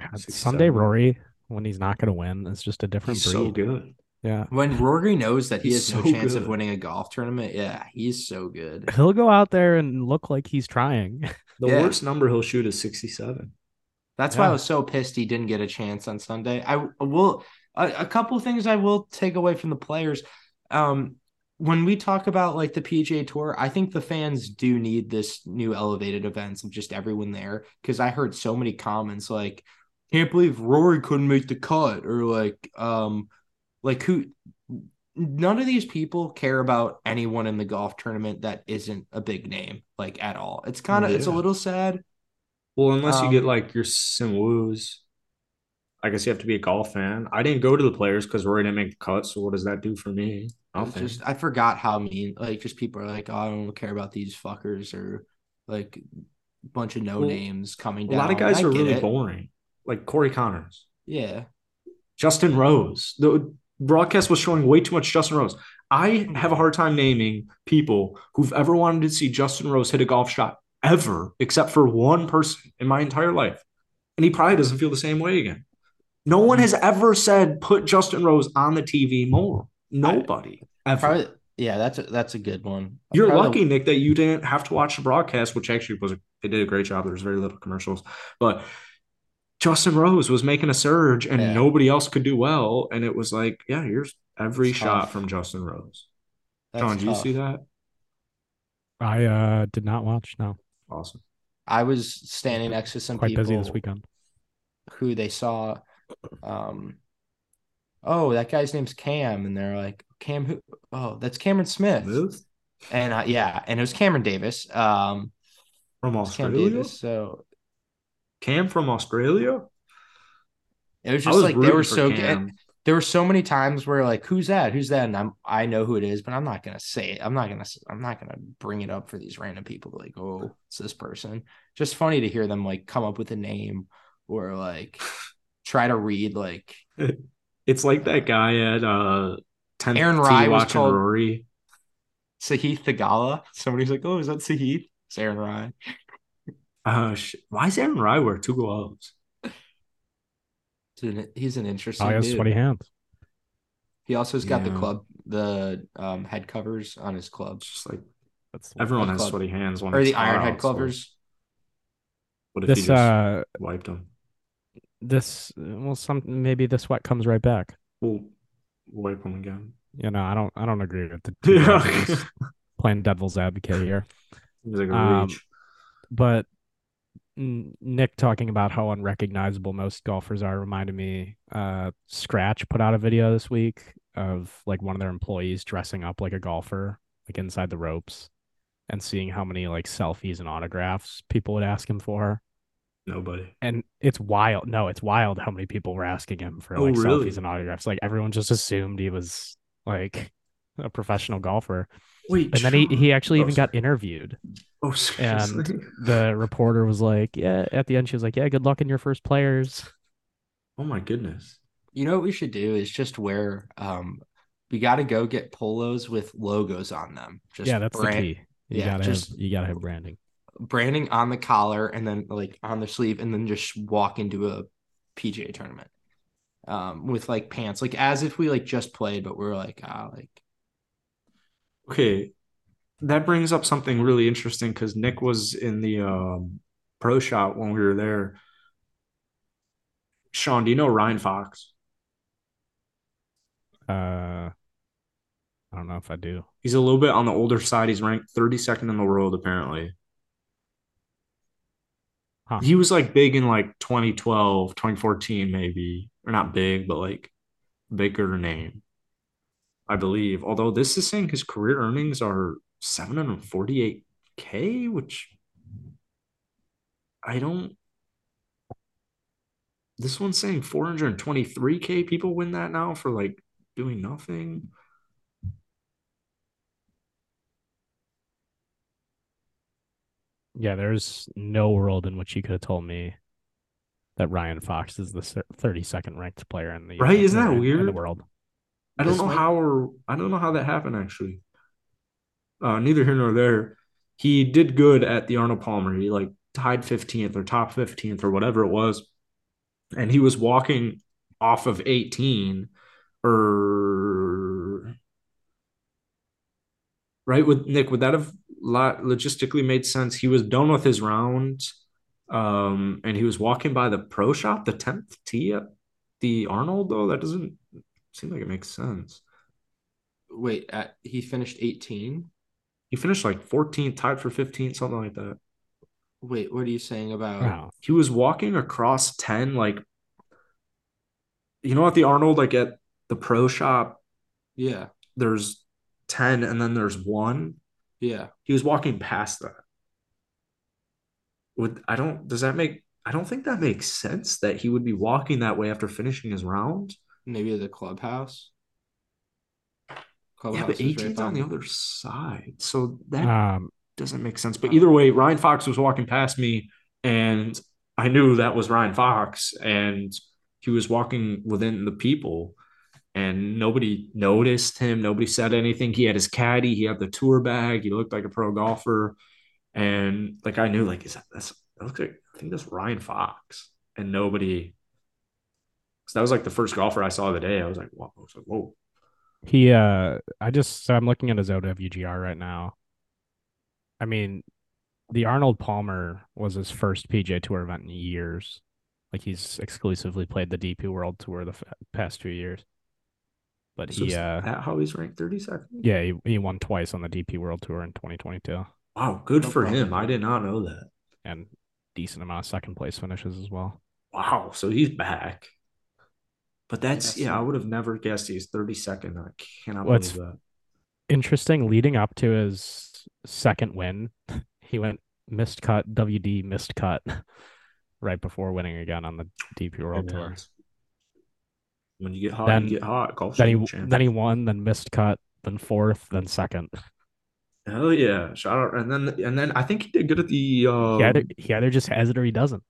Speaker 2: God,
Speaker 1: 67.
Speaker 2: Sunday Rory, when he's not gonna win, is just a different
Speaker 1: He's
Speaker 2: breed.
Speaker 1: so good.
Speaker 2: Yeah.
Speaker 3: When Rory knows that he
Speaker 1: He's
Speaker 3: has no
Speaker 1: so
Speaker 3: chance of
Speaker 1: good.
Speaker 3: winning a golf tournament, yeah, he's so good.
Speaker 2: He'll go out there and look like he's trying.
Speaker 1: The
Speaker 3: Yeah.
Speaker 1: worst number he'll shoot is 67.
Speaker 3: That's why I
Speaker 2: Yeah.
Speaker 3: was so pissed he didn't get a chance on Sunday. I will a, a couple of things I will take away from the players. Um, when we talk about like the PGA Tour, I think the fans do need this new elevated events of just everyone there because I heard so many comments like, "Can't believe Rory couldn't make the cut," or like, um, like who. None of these people care about anyone in the golf tournament that isn't a big name, like at all. It's kind of it's a
Speaker 1: Yeah.
Speaker 3: little sad.
Speaker 1: Well, unless you
Speaker 3: Um,
Speaker 1: get like your Sim Woos. I guess you have to be a golf fan. I didn't go to the players because Rory didn't make the cut. So what does that do for me?
Speaker 3: It's
Speaker 1: Nothing.
Speaker 3: just I forgot how mean like just people are like, oh, I don't care about these fuckers or like bunch of no
Speaker 1: Well,
Speaker 3: names coming
Speaker 1: a
Speaker 3: down.
Speaker 1: lot of guys
Speaker 3: I
Speaker 1: are
Speaker 3: get
Speaker 1: really
Speaker 3: it.
Speaker 1: boring, like Corey Connors.
Speaker 3: Yeah.
Speaker 1: Justin Rose. The broadcast was showing way too much Justin Rose. I
Speaker 3: Mm-hmm.
Speaker 1: have a hard time naming people who've ever wanted to see Justin Rose hit a golf shot ever, except for one person in my entire life. And he probably doesn't feel the same way again. No
Speaker 3: Mm-hmm.
Speaker 1: one has ever said put Justin Rose on the TV more. Nobody ever.
Speaker 3: Probably yeah, that's a that's a good one.
Speaker 1: You're
Speaker 3: Probably-
Speaker 1: lucky, Nick, that you didn't have to watch the broadcast, which actually was they did a great job. There was very little commercials, but Justin Rose was making a surge, and
Speaker 3: Yeah.
Speaker 1: nobody else could do well. And it was like, yeah, here's every
Speaker 3: It's
Speaker 1: shot
Speaker 3: tough.
Speaker 1: from Justin Rose.
Speaker 3: that's
Speaker 1: John, do you
Speaker 3: tough.
Speaker 1: see that?
Speaker 2: I uh did not watch. No,
Speaker 1: Awesome.
Speaker 3: I was standing next to some
Speaker 2: quite
Speaker 3: people
Speaker 2: busy this weekend.
Speaker 3: who they saw um oh, that guy's name's Cam, and they're like, Cam who oh, that's Cameron Smith.
Speaker 1: Smith
Speaker 3: And uh, yeah, and it was Cameron Davis. Um
Speaker 1: from
Speaker 3: it was Cam
Speaker 1: Australia.
Speaker 3: Davis. So
Speaker 1: Cam from Australia.
Speaker 3: it was
Speaker 1: I
Speaker 3: just
Speaker 1: was
Speaker 3: like they
Speaker 1: rooting
Speaker 3: were
Speaker 1: for
Speaker 3: so good.
Speaker 1: Cam.
Speaker 3: there were so many times where like who's that who's that and i'm i know who it is but i'm not gonna say it i'm not gonna s- i'm not gonna bring it up for these random people to, like oh it's this person just funny to hear them like come up with a name or like try to read like
Speaker 1: It's like that guy at uh 10
Speaker 3: Aaron
Speaker 1: T
Speaker 3: Rye was
Speaker 1: watching
Speaker 3: called-
Speaker 1: Rory.
Speaker 3: sahith tagala somebody's like oh is that sahith it's aaron ryan
Speaker 1: Uh, sh- why is Aaron Rye wear two gloves?
Speaker 3: he's an, he's an interesting
Speaker 2: Oh, he has
Speaker 3: dude.
Speaker 2: sweaty hands.
Speaker 3: he also has got the
Speaker 1: Yeah.
Speaker 3: club the um head covers on his
Speaker 1: It's
Speaker 3: clubs
Speaker 1: just like
Speaker 2: That's
Speaker 1: everyone
Speaker 3: Club.
Speaker 1: has sweaty hands when
Speaker 3: or
Speaker 1: it's
Speaker 3: the iron
Speaker 1: hot
Speaker 3: head
Speaker 1: outside.
Speaker 3: covers
Speaker 1: What if he
Speaker 2: this
Speaker 1: just
Speaker 2: uh
Speaker 1: wiped them?
Speaker 2: this well some maybe the sweat comes right back.
Speaker 1: We'll wipe them again.
Speaker 2: You know, I don't I don't agree with the two
Speaker 1: Yeah.
Speaker 2: referees playing devil's advocate here.
Speaker 1: Seems like a
Speaker 2: Um,
Speaker 1: reach.
Speaker 2: But N- Nick talking about how unrecognizable most golfers are reminded me uh Scratch put out a video this week of like one of their employees dressing up like a golfer like inside the ropes and seeing how many like selfies and autographs people would ask him for.
Speaker 1: Nobody.
Speaker 2: and it's wild. No, it's wild how many people were asking him for
Speaker 1: Oh,
Speaker 2: like
Speaker 1: really?
Speaker 2: selfies and autographs. Like everyone just assumed he was like a professional golfer,
Speaker 1: Wait,
Speaker 2: and then he
Speaker 1: Sean-
Speaker 2: he actually
Speaker 1: Oh,
Speaker 2: even got interviewed.
Speaker 1: Oh, seriously?
Speaker 2: The reporter was like, "Yeah." At the end, she was like, "Yeah, good luck in your first players."
Speaker 1: Oh my goodness.
Speaker 3: You know what we should do is just wear um we got to go get polos with logos on them. Just
Speaker 2: yeah, that's
Speaker 3: brand-
Speaker 2: the key. You
Speaker 3: yeah,
Speaker 2: gotta
Speaker 3: just-
Speaker 2: have, you gotta have branding.
Speaker 3: branding on the collar and then like on the sleeve and then just walk into a PGA tournament um with like pants like as if we like just played but we are like ah like
Speaker 1: Okay, that brings up something really interesting because Nick was in the um, pro shop when we were there. Sean, do you know Ryan Fox?
Speaker 2: Uh, I don't know if I do.
Speaker 1: He's a little bit on the older side. He's ranked 32nd in the world, apparently.
Speaker 2: Huh.
Speaker 1: He was like big in like 2012, 2014, maybe, or not big, but like bigger name, I believe. Although this is saying his career earnings are 748K, which I don't. This one's saying 423K. People win that now for like doing nothing.
Speaker 2: Yeah, there's no world in which you could have told me that Ryan Fox is the thir- 32nd ranked player in the uh,
Speaker 1: Right? Isn't that
Speaker 2: in- in the
Speaker 1: weird?
Speaker 2: world.
Speaker 1: I don't
Speaker 3: This
Speaker 1: know
Speaker 3: might-
Speaker 1: how or I don't know how that happened actually. Uh, neither here nor there. He did good at the Arnold Palmer. He like tied 15th or top 15th or whatever it was. And he was walking off of 18 or right with Nick, would that have lot logistically made sense? He was done with his round. Um, and he was walking by the pro shop, the 10th tee at the Arnold, though. That doesn't seem like it makes sense.
Speaker 3: wait uh, he finished 18
Speaker 1: He finished like 14th, tied for 15th, something like that.
Speaker 3: wait what are you saying about
Speaker 2: Wow.
Speaker 1: He was walking across 10, like, you know, at the Arnold, like at the pro shop,
Speaker 3: yeah
Speaker 1: there's 10 and then there's one.
Speaker 3: yeah
Speaker 1: He was walking past that. Would I don't, does that make, I don't think that makes sense that he would be walking that way after finishing his round.
Speaker 3: maybe the clubhouse
Speaker 1: yeah, but
Speaker 3: is right
Speaker 1: 18's on
Speaker 3: by
Speaker 1: the
Speaker 3: me.
Speaker 1: other side. So that
Speaker 2: Um,
Speaker 1: doesn't make sense. But either way, Ryan Fox was walking past me, and I knew that was Ryan Fox, and he was walking within the people, and nobody noticed him. Nobody said anything. He had his caddy. He had the tour bag. He looked like a pro golfer, and like I knew, like is that that's that looks like I think that's Ryan Fox, and nobody. So that was like the first golfer I saw of the day. I was like, whoa, I was like, whoa.
Speaker 2: he uh I just so I'm looking at his OWGR right now. I mean, the Arnold Palmer was his first PJ Tour event in years. Like he's exclusively played the DP World Tour the f- past two years. But
Speaker 1: So
Speaker 2: he
Speaker 1: is
Speaker 2: uh
Speaker 1: that how he's ranked 32nd?
Speaker 2: yeah, he, he won twice on the DP World Tour in 2022
Speaker 1: Wow, good
Speaker 3: No
Speaker 1: for
Speaker 3: problem.
Speaker 1: him. I did not know that.
Speaker 2: and decent amount of second place finishes as well.
Speaker 1: Wow, so he's back. But that's
Speaker 3: Yes.
Speaker 1: yeah, I would have never guessed he's 32nd. I cannot
Speaker 2: Well, it's-
Speaker 1: believe that.
Speaker 2: interesting leading up to his second win. He went missed cut, WD missed cut right before winning again on the DP
Speaker 1: And,
Speaker 2: World
Speaker 1: uh,
Speaker 2: Tour.
Speaker 1: When you get hot,
Speaker 2: Then-
Speaker 1: you get hot. Golf
Speaker 2: Then he
Speaker 1: champion.
Speaker 2: then he won, then missed cut, then fourth, then second.
Speaker 1: Hell yeah! Shout out, and then and then I think he did good at the um,
Speaker 2: he, either, he either just has it or he doesn't.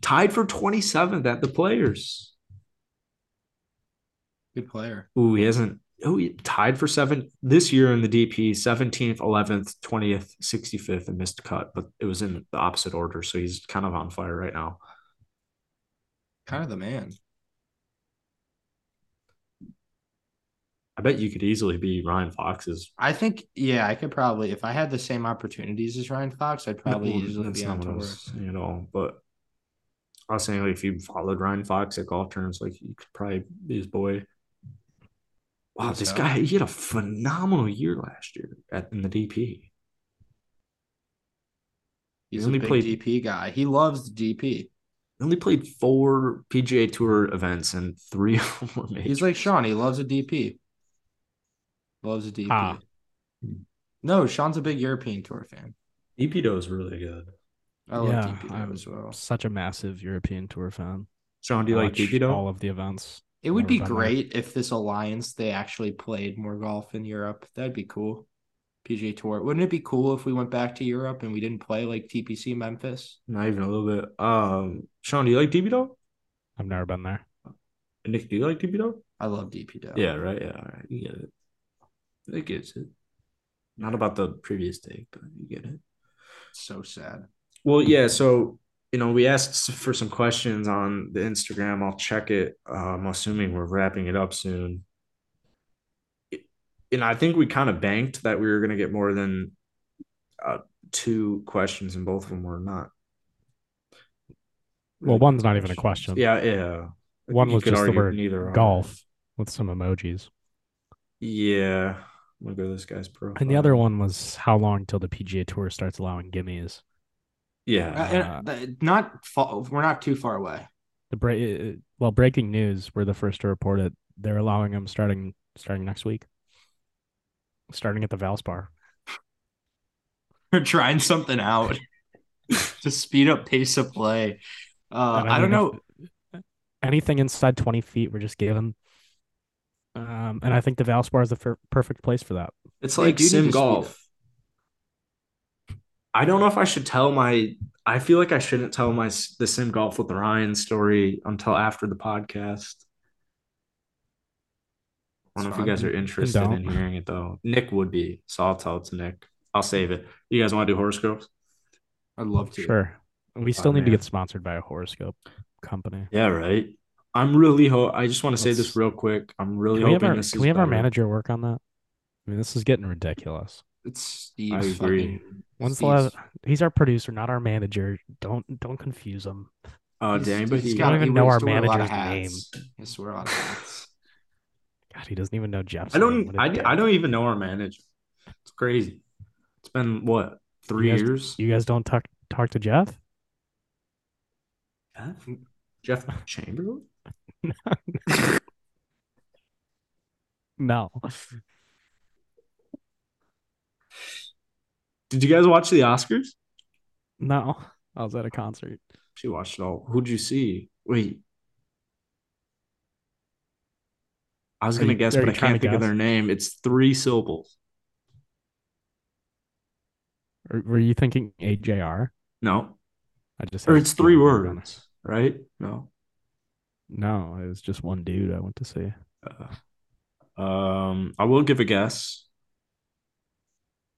Speaker 1: tied for 27th at the Players.
Speaker 3: good player
Speaker 1: Ooh, he hasn't. Oh, he tied for seven this year in the DP, 17th, 11th, 20th, 65th, and missed cut, but it was in the opposite order, so he's kind of on fire right now.
Speaker 3: kind of the man
Speaker 1: I bet you could easily be Ryan Fox's.
Speaker 3: I think yeah I could probably if I had the same opportunities as Ryan Fox I'd probably
Speaker 1: Well,
Speaker 3: easily
Speaker 1: that's
Speaker 3: be
Speaker 1: not
Speaker 3: on
Speaker 1: what I
Speaker 3: tour
Speaker 1: was saying at all, but I was saying, like, if you followed Ryan Fox at golf terms, like, you could probably be his boy. Wow,
Speaker 3: Think
Speaker 1: this
Speaker 3: so.
Speaker 1: guy, he had a phenomenal year last year at, in the DP.
Speaker 3: He's
Speaker 1: Only
Speaker 3: a big
Speaker 1: played-
Speaker 3: DP guy. He loves DP.
Speaker 1: He only played four PGA Tour events and three of them were
Speaker 3: He's
Speaker 1: majors.
Speaker 3: like Sean. He loves a DP. Loves a DP.
Speaker 2: Ah.
Speaker 3: No, Sean's a big European Tour fan.
Speaker 1: DP Doe is really good.
Speaker 3: I love
Speaker 2: Yeah,
Speaker 3: DP
Speaker 2: I'm-
Speaker 3: as well.
Speaker 2: Such a massive European Tour fan.
Speaker 1: Sean, oh. do you like
Speaker 2: Watch
Speaker 1: DP Doe?
Speaker 2: All of the events.
Speaker 3: It would
Speaker 2: Never
Speaker 3: be
Speaker 2: been there.
Speaker 3: great if this alliance they actually played more golf in Europe. That'd be cool. PGA Tour. Wouldn't it be cool if we went back to Europe and we didn't play like TPC Memphis?
Speaker 1: Not even a little bit. Um, Sean, do you like DP Doe?
Speaker 2: I've never been there.
Speaker 1: Nick, do you like DP Doe?
Speaker 3: I love DP Doe.
Speaker 1: Yeah, right. Yeah, all right. You get it. It gets it. Not about the previous take, but you get it.
Speaker 3: So sad.
Speaker 1: Well, yeah. So, you know, we asked s- for some questions on the Instagram. I'll check it. Uh, I'm assuming we're wrapping it up soon. It- And I think we kind of banked that we were going to get more than uh, two questions, and both of them were not.
Speaker 2: Well,
Speaker 1: really
Speaker 2: one's not even a question.
Speaker 1: Yeah, yeah.
Speaker 2: One
Speaker 1: You
Speaker 2: was
Speaker 1: could
Speaker 2: just the
Speaker 1: argue
Speaker 2: word
Speaker 1: neither are.
Speaker 2: Golf with some emojis.
Speaker 1: Yeah. I'm going to go to this guy's profile.
Speaker 2: And the other one was how long till the PGA Tour starts allowing gimmies.
Speaker 1: Yeah.
Speaker 3: Uh, and, uh, not fa- we're not too far away.
Speaker 2: The break. Well, breaking news. We're the first to report it. They're allowing them starting starting next week. Starting at the Valspar.
Speaker 3: We're trying something out to speed up pace of play. Uh,
Speaker 2: And
Speaker 3: I
Speaker 2: mean,
Speaker 3: don't know.
Speaker 2: if- anything inside twenty feet. We're just giving. Um, and I think the Valspar is the fer- perfect place for that.
Speaker 1: It's
Speaker 3: They
Speaker 1: like
Speaker 3: do need to
Speaker 1: sim
Speaker 3: speed
Speaker 1: golf. I don't know if I should tell my. I feel like I shouldn't tell my s- the sim golf with Ryan story until after the podcast. I don't know if you guys are interested in
Speaker 2: Don't.
Speaker 1: hearing it though. Nick would be, so I'll tell it to Nick. I'll save it. You guys want to do horoscopes?
Speaker 3: I'd love to.
Speaker 2: Sure. We still
Speaker 1: Oh,
Speaker 2: need to
Speaker 1: man.
Speaker 2: get sponsored by a horoscope company.
Speaker 1: Yeah, right. I'm really. Ho- I just want to say this
Speaker 2: Let's-
Speaker 1: real quick. I'm really
Speaker 2: Can we have
Speaker 1: hoping
Speaker 2: our,
Speaker 1: this
Speaker 2: can
Speaker 1: is.
Speaker 2: we have our
Speaker 1: better.
Speaker 2: manager work on that? I mean, this is getting ridiculous.
Speaker 3: It's Steve's
Speaker 1: agree.
Speaker 3: fucking-
Speaker 2: When's the
Speaker 3: Steve's-
Speaker 2: last? He's our producer, not our manager. Don't don't confuse him.
Speaker 1: Uh, did
Speaker 3: he's-
Speaker 1: anybody?
Speaker 3: he's
Speaker 2: I
Speaker 3: got-
Speaker 2: don't even
Speaker 3: he
Speaker 2: know
Speaker 3: wears-
Speaker 2: our
Speaker 3: wear a lot of
Speaker 2: manager's
Speaker 3: hats. He has to wear a lot of hats.
Speaker 2: God, he doesn't even know Jeff's.
Speaker 1: I
Speaker 2: name.
Speaker 1: don't.
Speaker 2: What a
Speaker 1: I,
Speaker 2: dick.
Speaker 1: I don't even know our manager. It's crazy. It's been what three
Speaker 2: You guys-
Speaker 1: years.
Speaker 2: You guys don't talk talk to Jeff?
Speaker 1: Jeff? Jeff Chamberlain.
Speaker 2: No.
Speaker 1: Did you guys watch the Oscars?
Speaker 2: No. I was at a concert.
Speaker 1: She watched it all. Who'd you see? Wait. I was
Speaker 2: Are
Speaker 1: gonna
Speaker 2: you-
Speaker 1: guess,
Speaker 2: are
Speaker 1: but
Speaker 2: you
Speaker 1: I
Speaker 2: trying
Speaker 1: can't
Speaker 2: to
Speaker 1: think of
Speaker 2: guess?
Speaker 1: their name. It's three syllables.
Speaker 2: Or, were you thinking AJR?
Speaker 1: No,
Speaker 2: I just
Speaker 1: or
Speaker 2: had a
Speaker 1: it's three
Speaker 2: feeling we were
Speaker 1: words, right? No.
Speaker 2: gonna- No, it was just one dude I went to see.
Speaker 1: Uh, um, I will give a guess.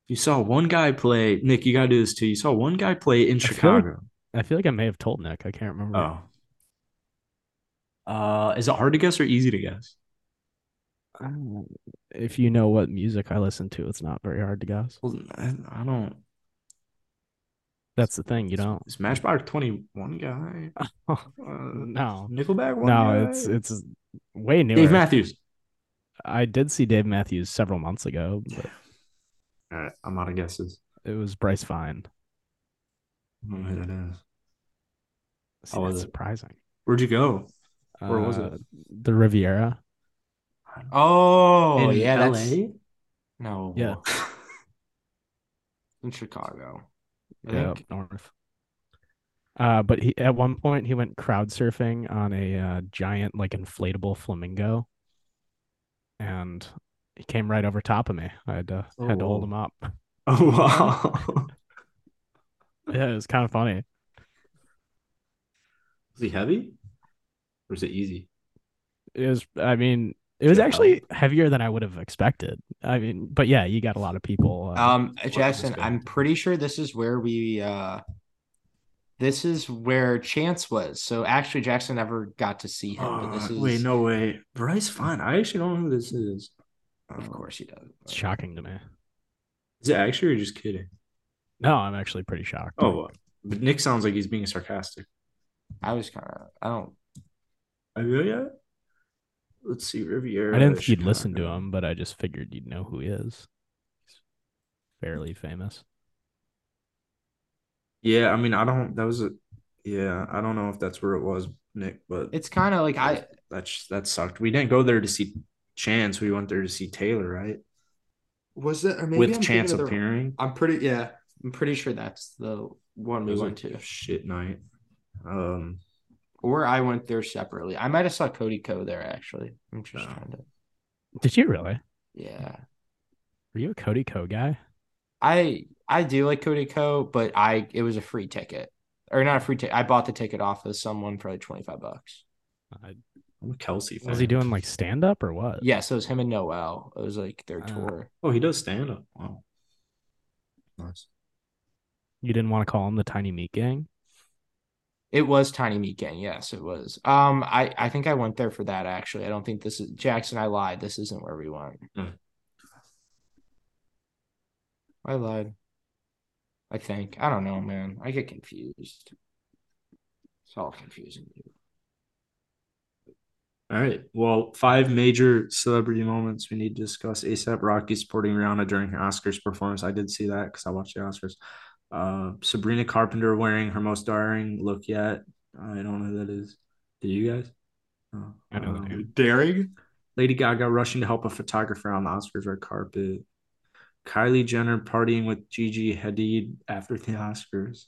Speaker 1: You saw one guy play. Nick, you gotta do this too. You saw one guy play in
Speaker 2: feel like-
Speaker 1: Chicago.
Speaker 2: I feel like I may have told Nick. I can't remember.
Speaker 1: Oh. Uh, is it hard to guess or easy to guess?
Speaker 2: Uh, if you know what music I listen to, it's not very hard to guess.
Speaker 1: Well, I, I don't.
Speaker 2: That's the thing. You don't.
Speaker 1: Is Matchbox Twenty One guy? Uh,
Speaker 2: No.
Speaker 1: Nickelback one.
Speaker 2: No,
Speaker 1: guy?
Speaker 2: it's it's way newer.
Speaker 1: Dave Matthews.
Speaker 2: I did see Dave Matthews several months ago, but
Speaker 1: All right, I'm out of guesses.
Speaker 2: it was Bryce Fine.
Speaker 1: I don't know who that is.
Speaker 2: See,
Speaker 1: How Oh, was
Speaker 2: that's
Speaker 1: it?
Speaker 2: surprising.
Speaker 1: Where'd you go? Where was
Speaker 2: Uh,
Speaker 1: it?
Speaker 2: The Riviera.
Speaker 3: Oh, yeah, that's
Speaker 1: LA?
Speaker 3: no.
Speaker 2: Yeah.
Speaker 3: in Chicago. I
Speaker 2: Yeah,
Speaker 3: think
Speaker 2: up north. Uh, but he at one point he went crowd surfing on a uh, giant like inflatable flamingo, and he came right over top of me. I had to
Speaker 1: Oh,
Speaker 2: had to hold
Speaker 1: whoa.
Speaker 2: him up.
Speaker 1: Oh wow.
Speaker 2: Yeah, it was kind of funny.
Speaker 1: Was he heavy? Or is it easy?
Speaker 2: It was. I mean, it was
Speaker 1: Yeah.
Speaker 2: actually heavier than I would have expected. I mean, but yeah, you got a lot of people. Uh,
Speaker 3: Um, Jackson,
Speaker 1: guy?
Speaker 3: I'm pretty sure this is where we uh this is where Chance was. So actually Jackson never got to see him, but this
Speaker 1: Uh,
Speaker 3: is
Speaker 1: Wait, no way. Bryce Fine. I actually don't know who this is.
Speaker 3: of course he does.
Speaker 2: it's shocking to me.
Speaker 1: Is it actually or just kidding?
Speaker 2: No, I'm actually pretty shocked.
Speaker 1: Oh, but Nick sounds like he's being sarcastic.
Speaker 3: I was kind of I don't
Speaker 1: I really yeah. Let's see Riviera.
Speaker 2: I didn't think you'd listen to him, but I just figured you'd know who he is. He's fairly famous.
Speaker 1: Yeah, I mean, I don't. That was a. Yeah, I don't know if that's where it was, Nick, but
Speaker 3: it's kind of like I
Speaker 1: that's that sucked. We didn't go there to see Chance. We went there to see Taylor, right?
Speaker 3: was it or maybe
Speaker 1: With
Speaker 3: I'm
Speaker 1: Chance
Speaker 3: thinking of the-
Speaker 1: appearing.
Speaker 3: I'm pretty yeah, I'm pretty sure that's the one
Speaker 1: It
Speaker 3: we
Speaker 1: was
Speaker 3: went
Speaker 1: a
Speaker 3: to.
Speaker 1: shit night. Um,
Speaker 3: Or I went there separately. I might have saw Cody Co there actually. I'm just
Speaker 1: Oh.
Speaker 3: trying to
Speaker 2: Did you really?
Speaker 3: yeah.
Speaker 2: Were you a Cody Co guy?
Speaker 3: I I do like Cody Co, but I it was a free ticket. Or not a free ticket. I bought the ticket off of someone for like 25 bucks.
Speaker 1: I'm a Kelsey fan.
Speaker 2: Was he doing like stand up or what?
Speaker 3: Yeah, so it was him and Noel. It was like their
Speaker 2: Ah.
Speaker 3: tour.
Speaker 1: Oh, he does stand up. Wow. Nice.
Speaker 2: You didn't want to call him the Tiny Meat Gang?
Speaker 3: It was Tiny Meat Gang. Yes, it was. Um, I I think I went there for that actually. I don't think this is Jackson. I lied. This isn't where we went.
Speaker 1: Hmm.
Speaker 3: I lied. I think I don't know, man. I get confused. It's all confusing. dude.
Speaker 1: All right. Well, five major celebrity moments we need to discuss. ASAP Rocky supporting Rihanna during her Oscars performance. I did see that because I watched the Oscars. Uh, Sabrina Carpenter wearing her most daring look yet. I don't know who that is. Do you guys? No.
Speaker 2: I know the
Speaker 1: Um,
Speaker 2: name.
Speaker 3: Daring.
Speaker 1: Lady Gaga rushing to help a photographer on the Oscars red carpet. Kylie Jenner partying with Gigi Hadid after the Oscars.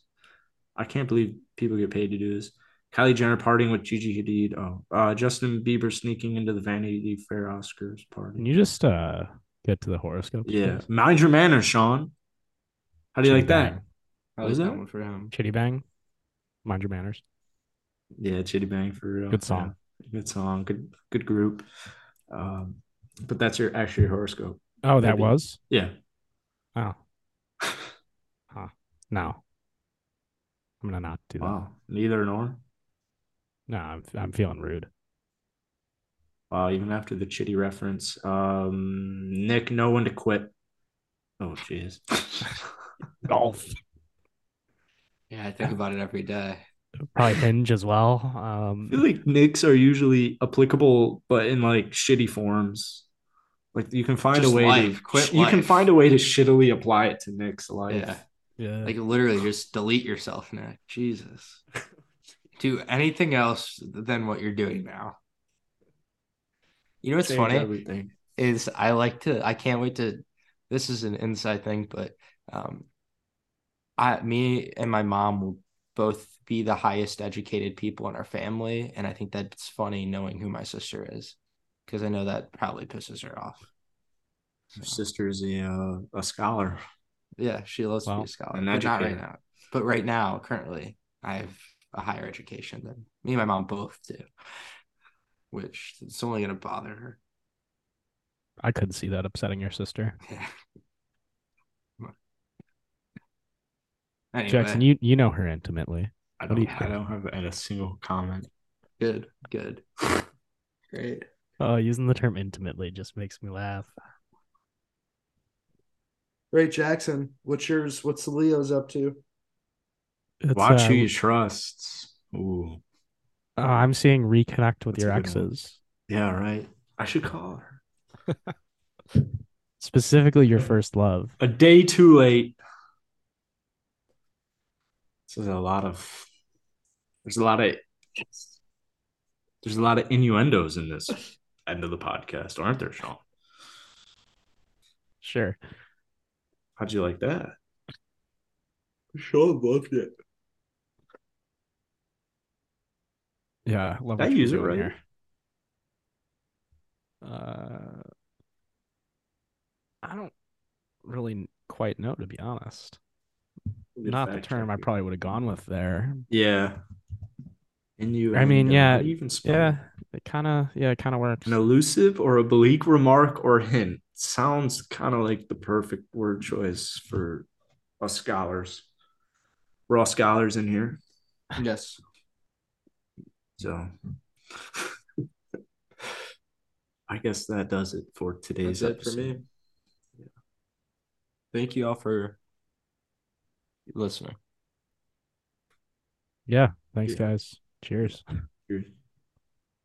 Speaker 1: I can't believe people get paid to do this. Kylie Jenner partying with Gigi Hadid. Oh, uh, Justin Bieber sneaking into the Vanity Fair Oscars
Speaker 2: Can
Speaker 1: party.
Speaker 2: you just uh get to the horoscope?
Speaker 1: Yeah, mind your manners, Sean. How do you like that?
Speaker 3: I
Speaker 1: What
Speaker 3: was
Speaker 1: was
Speaker 3: that
Speaker 1: that?
Speaker 3: one for him.
Speaker 2: Chitty Bang? Mind your manners.
Speaker 1: Yeah, Chitty Bang for real.
Speaker 2: Good song.
Speaker 1: Yeah. Good song. Good good group. Um, but that's your actually your horoscope.
Speaker 2: Oh, that
Speaker 1: Maybe.
Speaker 2: was?
Speaker 1: Yeah.
Speaker 2: Oh. huh. No. I'm gonna not do that.
Speaker 1: Wow. Neither nor.
Speaker 2: No, I'm I'm feeling rude.
Speaker 1: Wow, even after the chitty reference. Um, Nick, no one to quit. Oh, jeez.
Speaker 2: Golf.
Speaker 3: Yeah, I think about it every day.
Speaker 2: Probably hinge as well.
Speaker 1: I feel
Speaker 2: Um
Speaker 1: like Nicks are usually applicable, but in like shitty forms. Like you can find
Speaker 3: Just
Speaker 1: a way to
Speaker 3: life, quit
Speaker 1: you can
Speaker 3: life.
Speaker 1: find a way to shittily apply it to Nick's life.
Speaker 3: Yeah.
Speaker 2: yeah.
Speaker 3: Like literally just delete yourself now. Jesus. Do anything else than what you're doing now. You know what's
Speaker 1: Change
Speaker 3: funny
Speaker 1: everything.
Speaker 3: is I like to I can't wait to this is an inside thing, but um I me and my mom will both be the highest educated people in our family. And I think that's funny knowing who my sister is. Because I know that probably pisses her off.
Speaker 1: Your sister's a uh, a scholar.
Speaker 3: Yeah, she loves to
Speaker 2: Wow.
Speaker 3: be a scholar.
Speaker 1: An
Speaker 3: but not right
Speaker 1: educator.
Speaker 3: now. But right now, currently, I have a higher education than me and my mom both do, which it's only going to bother her.
Speaker 2: I could see that upsetting your sister.
Speaker 3: Yeah. Anyway,
Speaker 2: Jackson, you you know her intimately.
Speaker 1: I
Speaker 2: What do
Speaker 1: don't
Speaker 2: you
Speaker 1: I don't have a single comment.
Speaker 3: good, good. Great.
Speaker 2: Oh, using the term intimately just makes me laugh.
Speaker 3: Great, Jackson. What's yours? What's the Leo's up to?
Speaker 2: It's,
Speaker 1: Watch
Speaker 2: uh,
Speaker 1: who you trust. Ooh.
Speaker 2: uh, I'm seeing reconnect with
Speaker 1: That's a
Speaker 2: your
Speaker 1: good one.
Speaker 2: exes.
Speaker 1: Yeah, right. I should call her.
Speaker 2: Specifically your first love.
Speaker 1: A day too late. This is a lot of there's a lot of there's a lot of innuendos in this end of the podcast, aren't there, Sean?
Speaker 2: Sure.
Speaker 1: How'd you like that?
Speaker 3: Sean loved it.
Speaker 2: Yeah, I love
Speaker 1: Did I
Speaker 2: what you're
Speaker 1: use it
Speaker 2: doing
Speaker 1: right?
Speaker 2: here. Uh, I don't really n- quite know to be honest. Not the
Speaker 1: Fact
Speaker 2: term I
Speaker 1: checker.
Speaker 2: probably would have gone with there.
Speaker 1: Yeah. Innuendo.
Speaker 2: I mean, yeah,
Speaker 1: How do you even spell
Speaker 2: Yeah,
Speaker 1: that?
Speaker 2: it kind of yeah, it kind of works.
Speaker 1: An elusive or oblique remark or hint sounds kind of like the perfect word choice for us scholars. We're all scholars in here,
Speaker 3: Yes.
Speaker 1: so I guess that does it for today's
Speaker 3: That's it for
Speaker 1: episode.
Speaker 3: me. Thank you all for listening.
Speaker 2: Yeah, thanks
Speaker 1: Yeah.
Speaker 2: guys.
Speaker 4: Cheers.
Speaker 2: Cheers.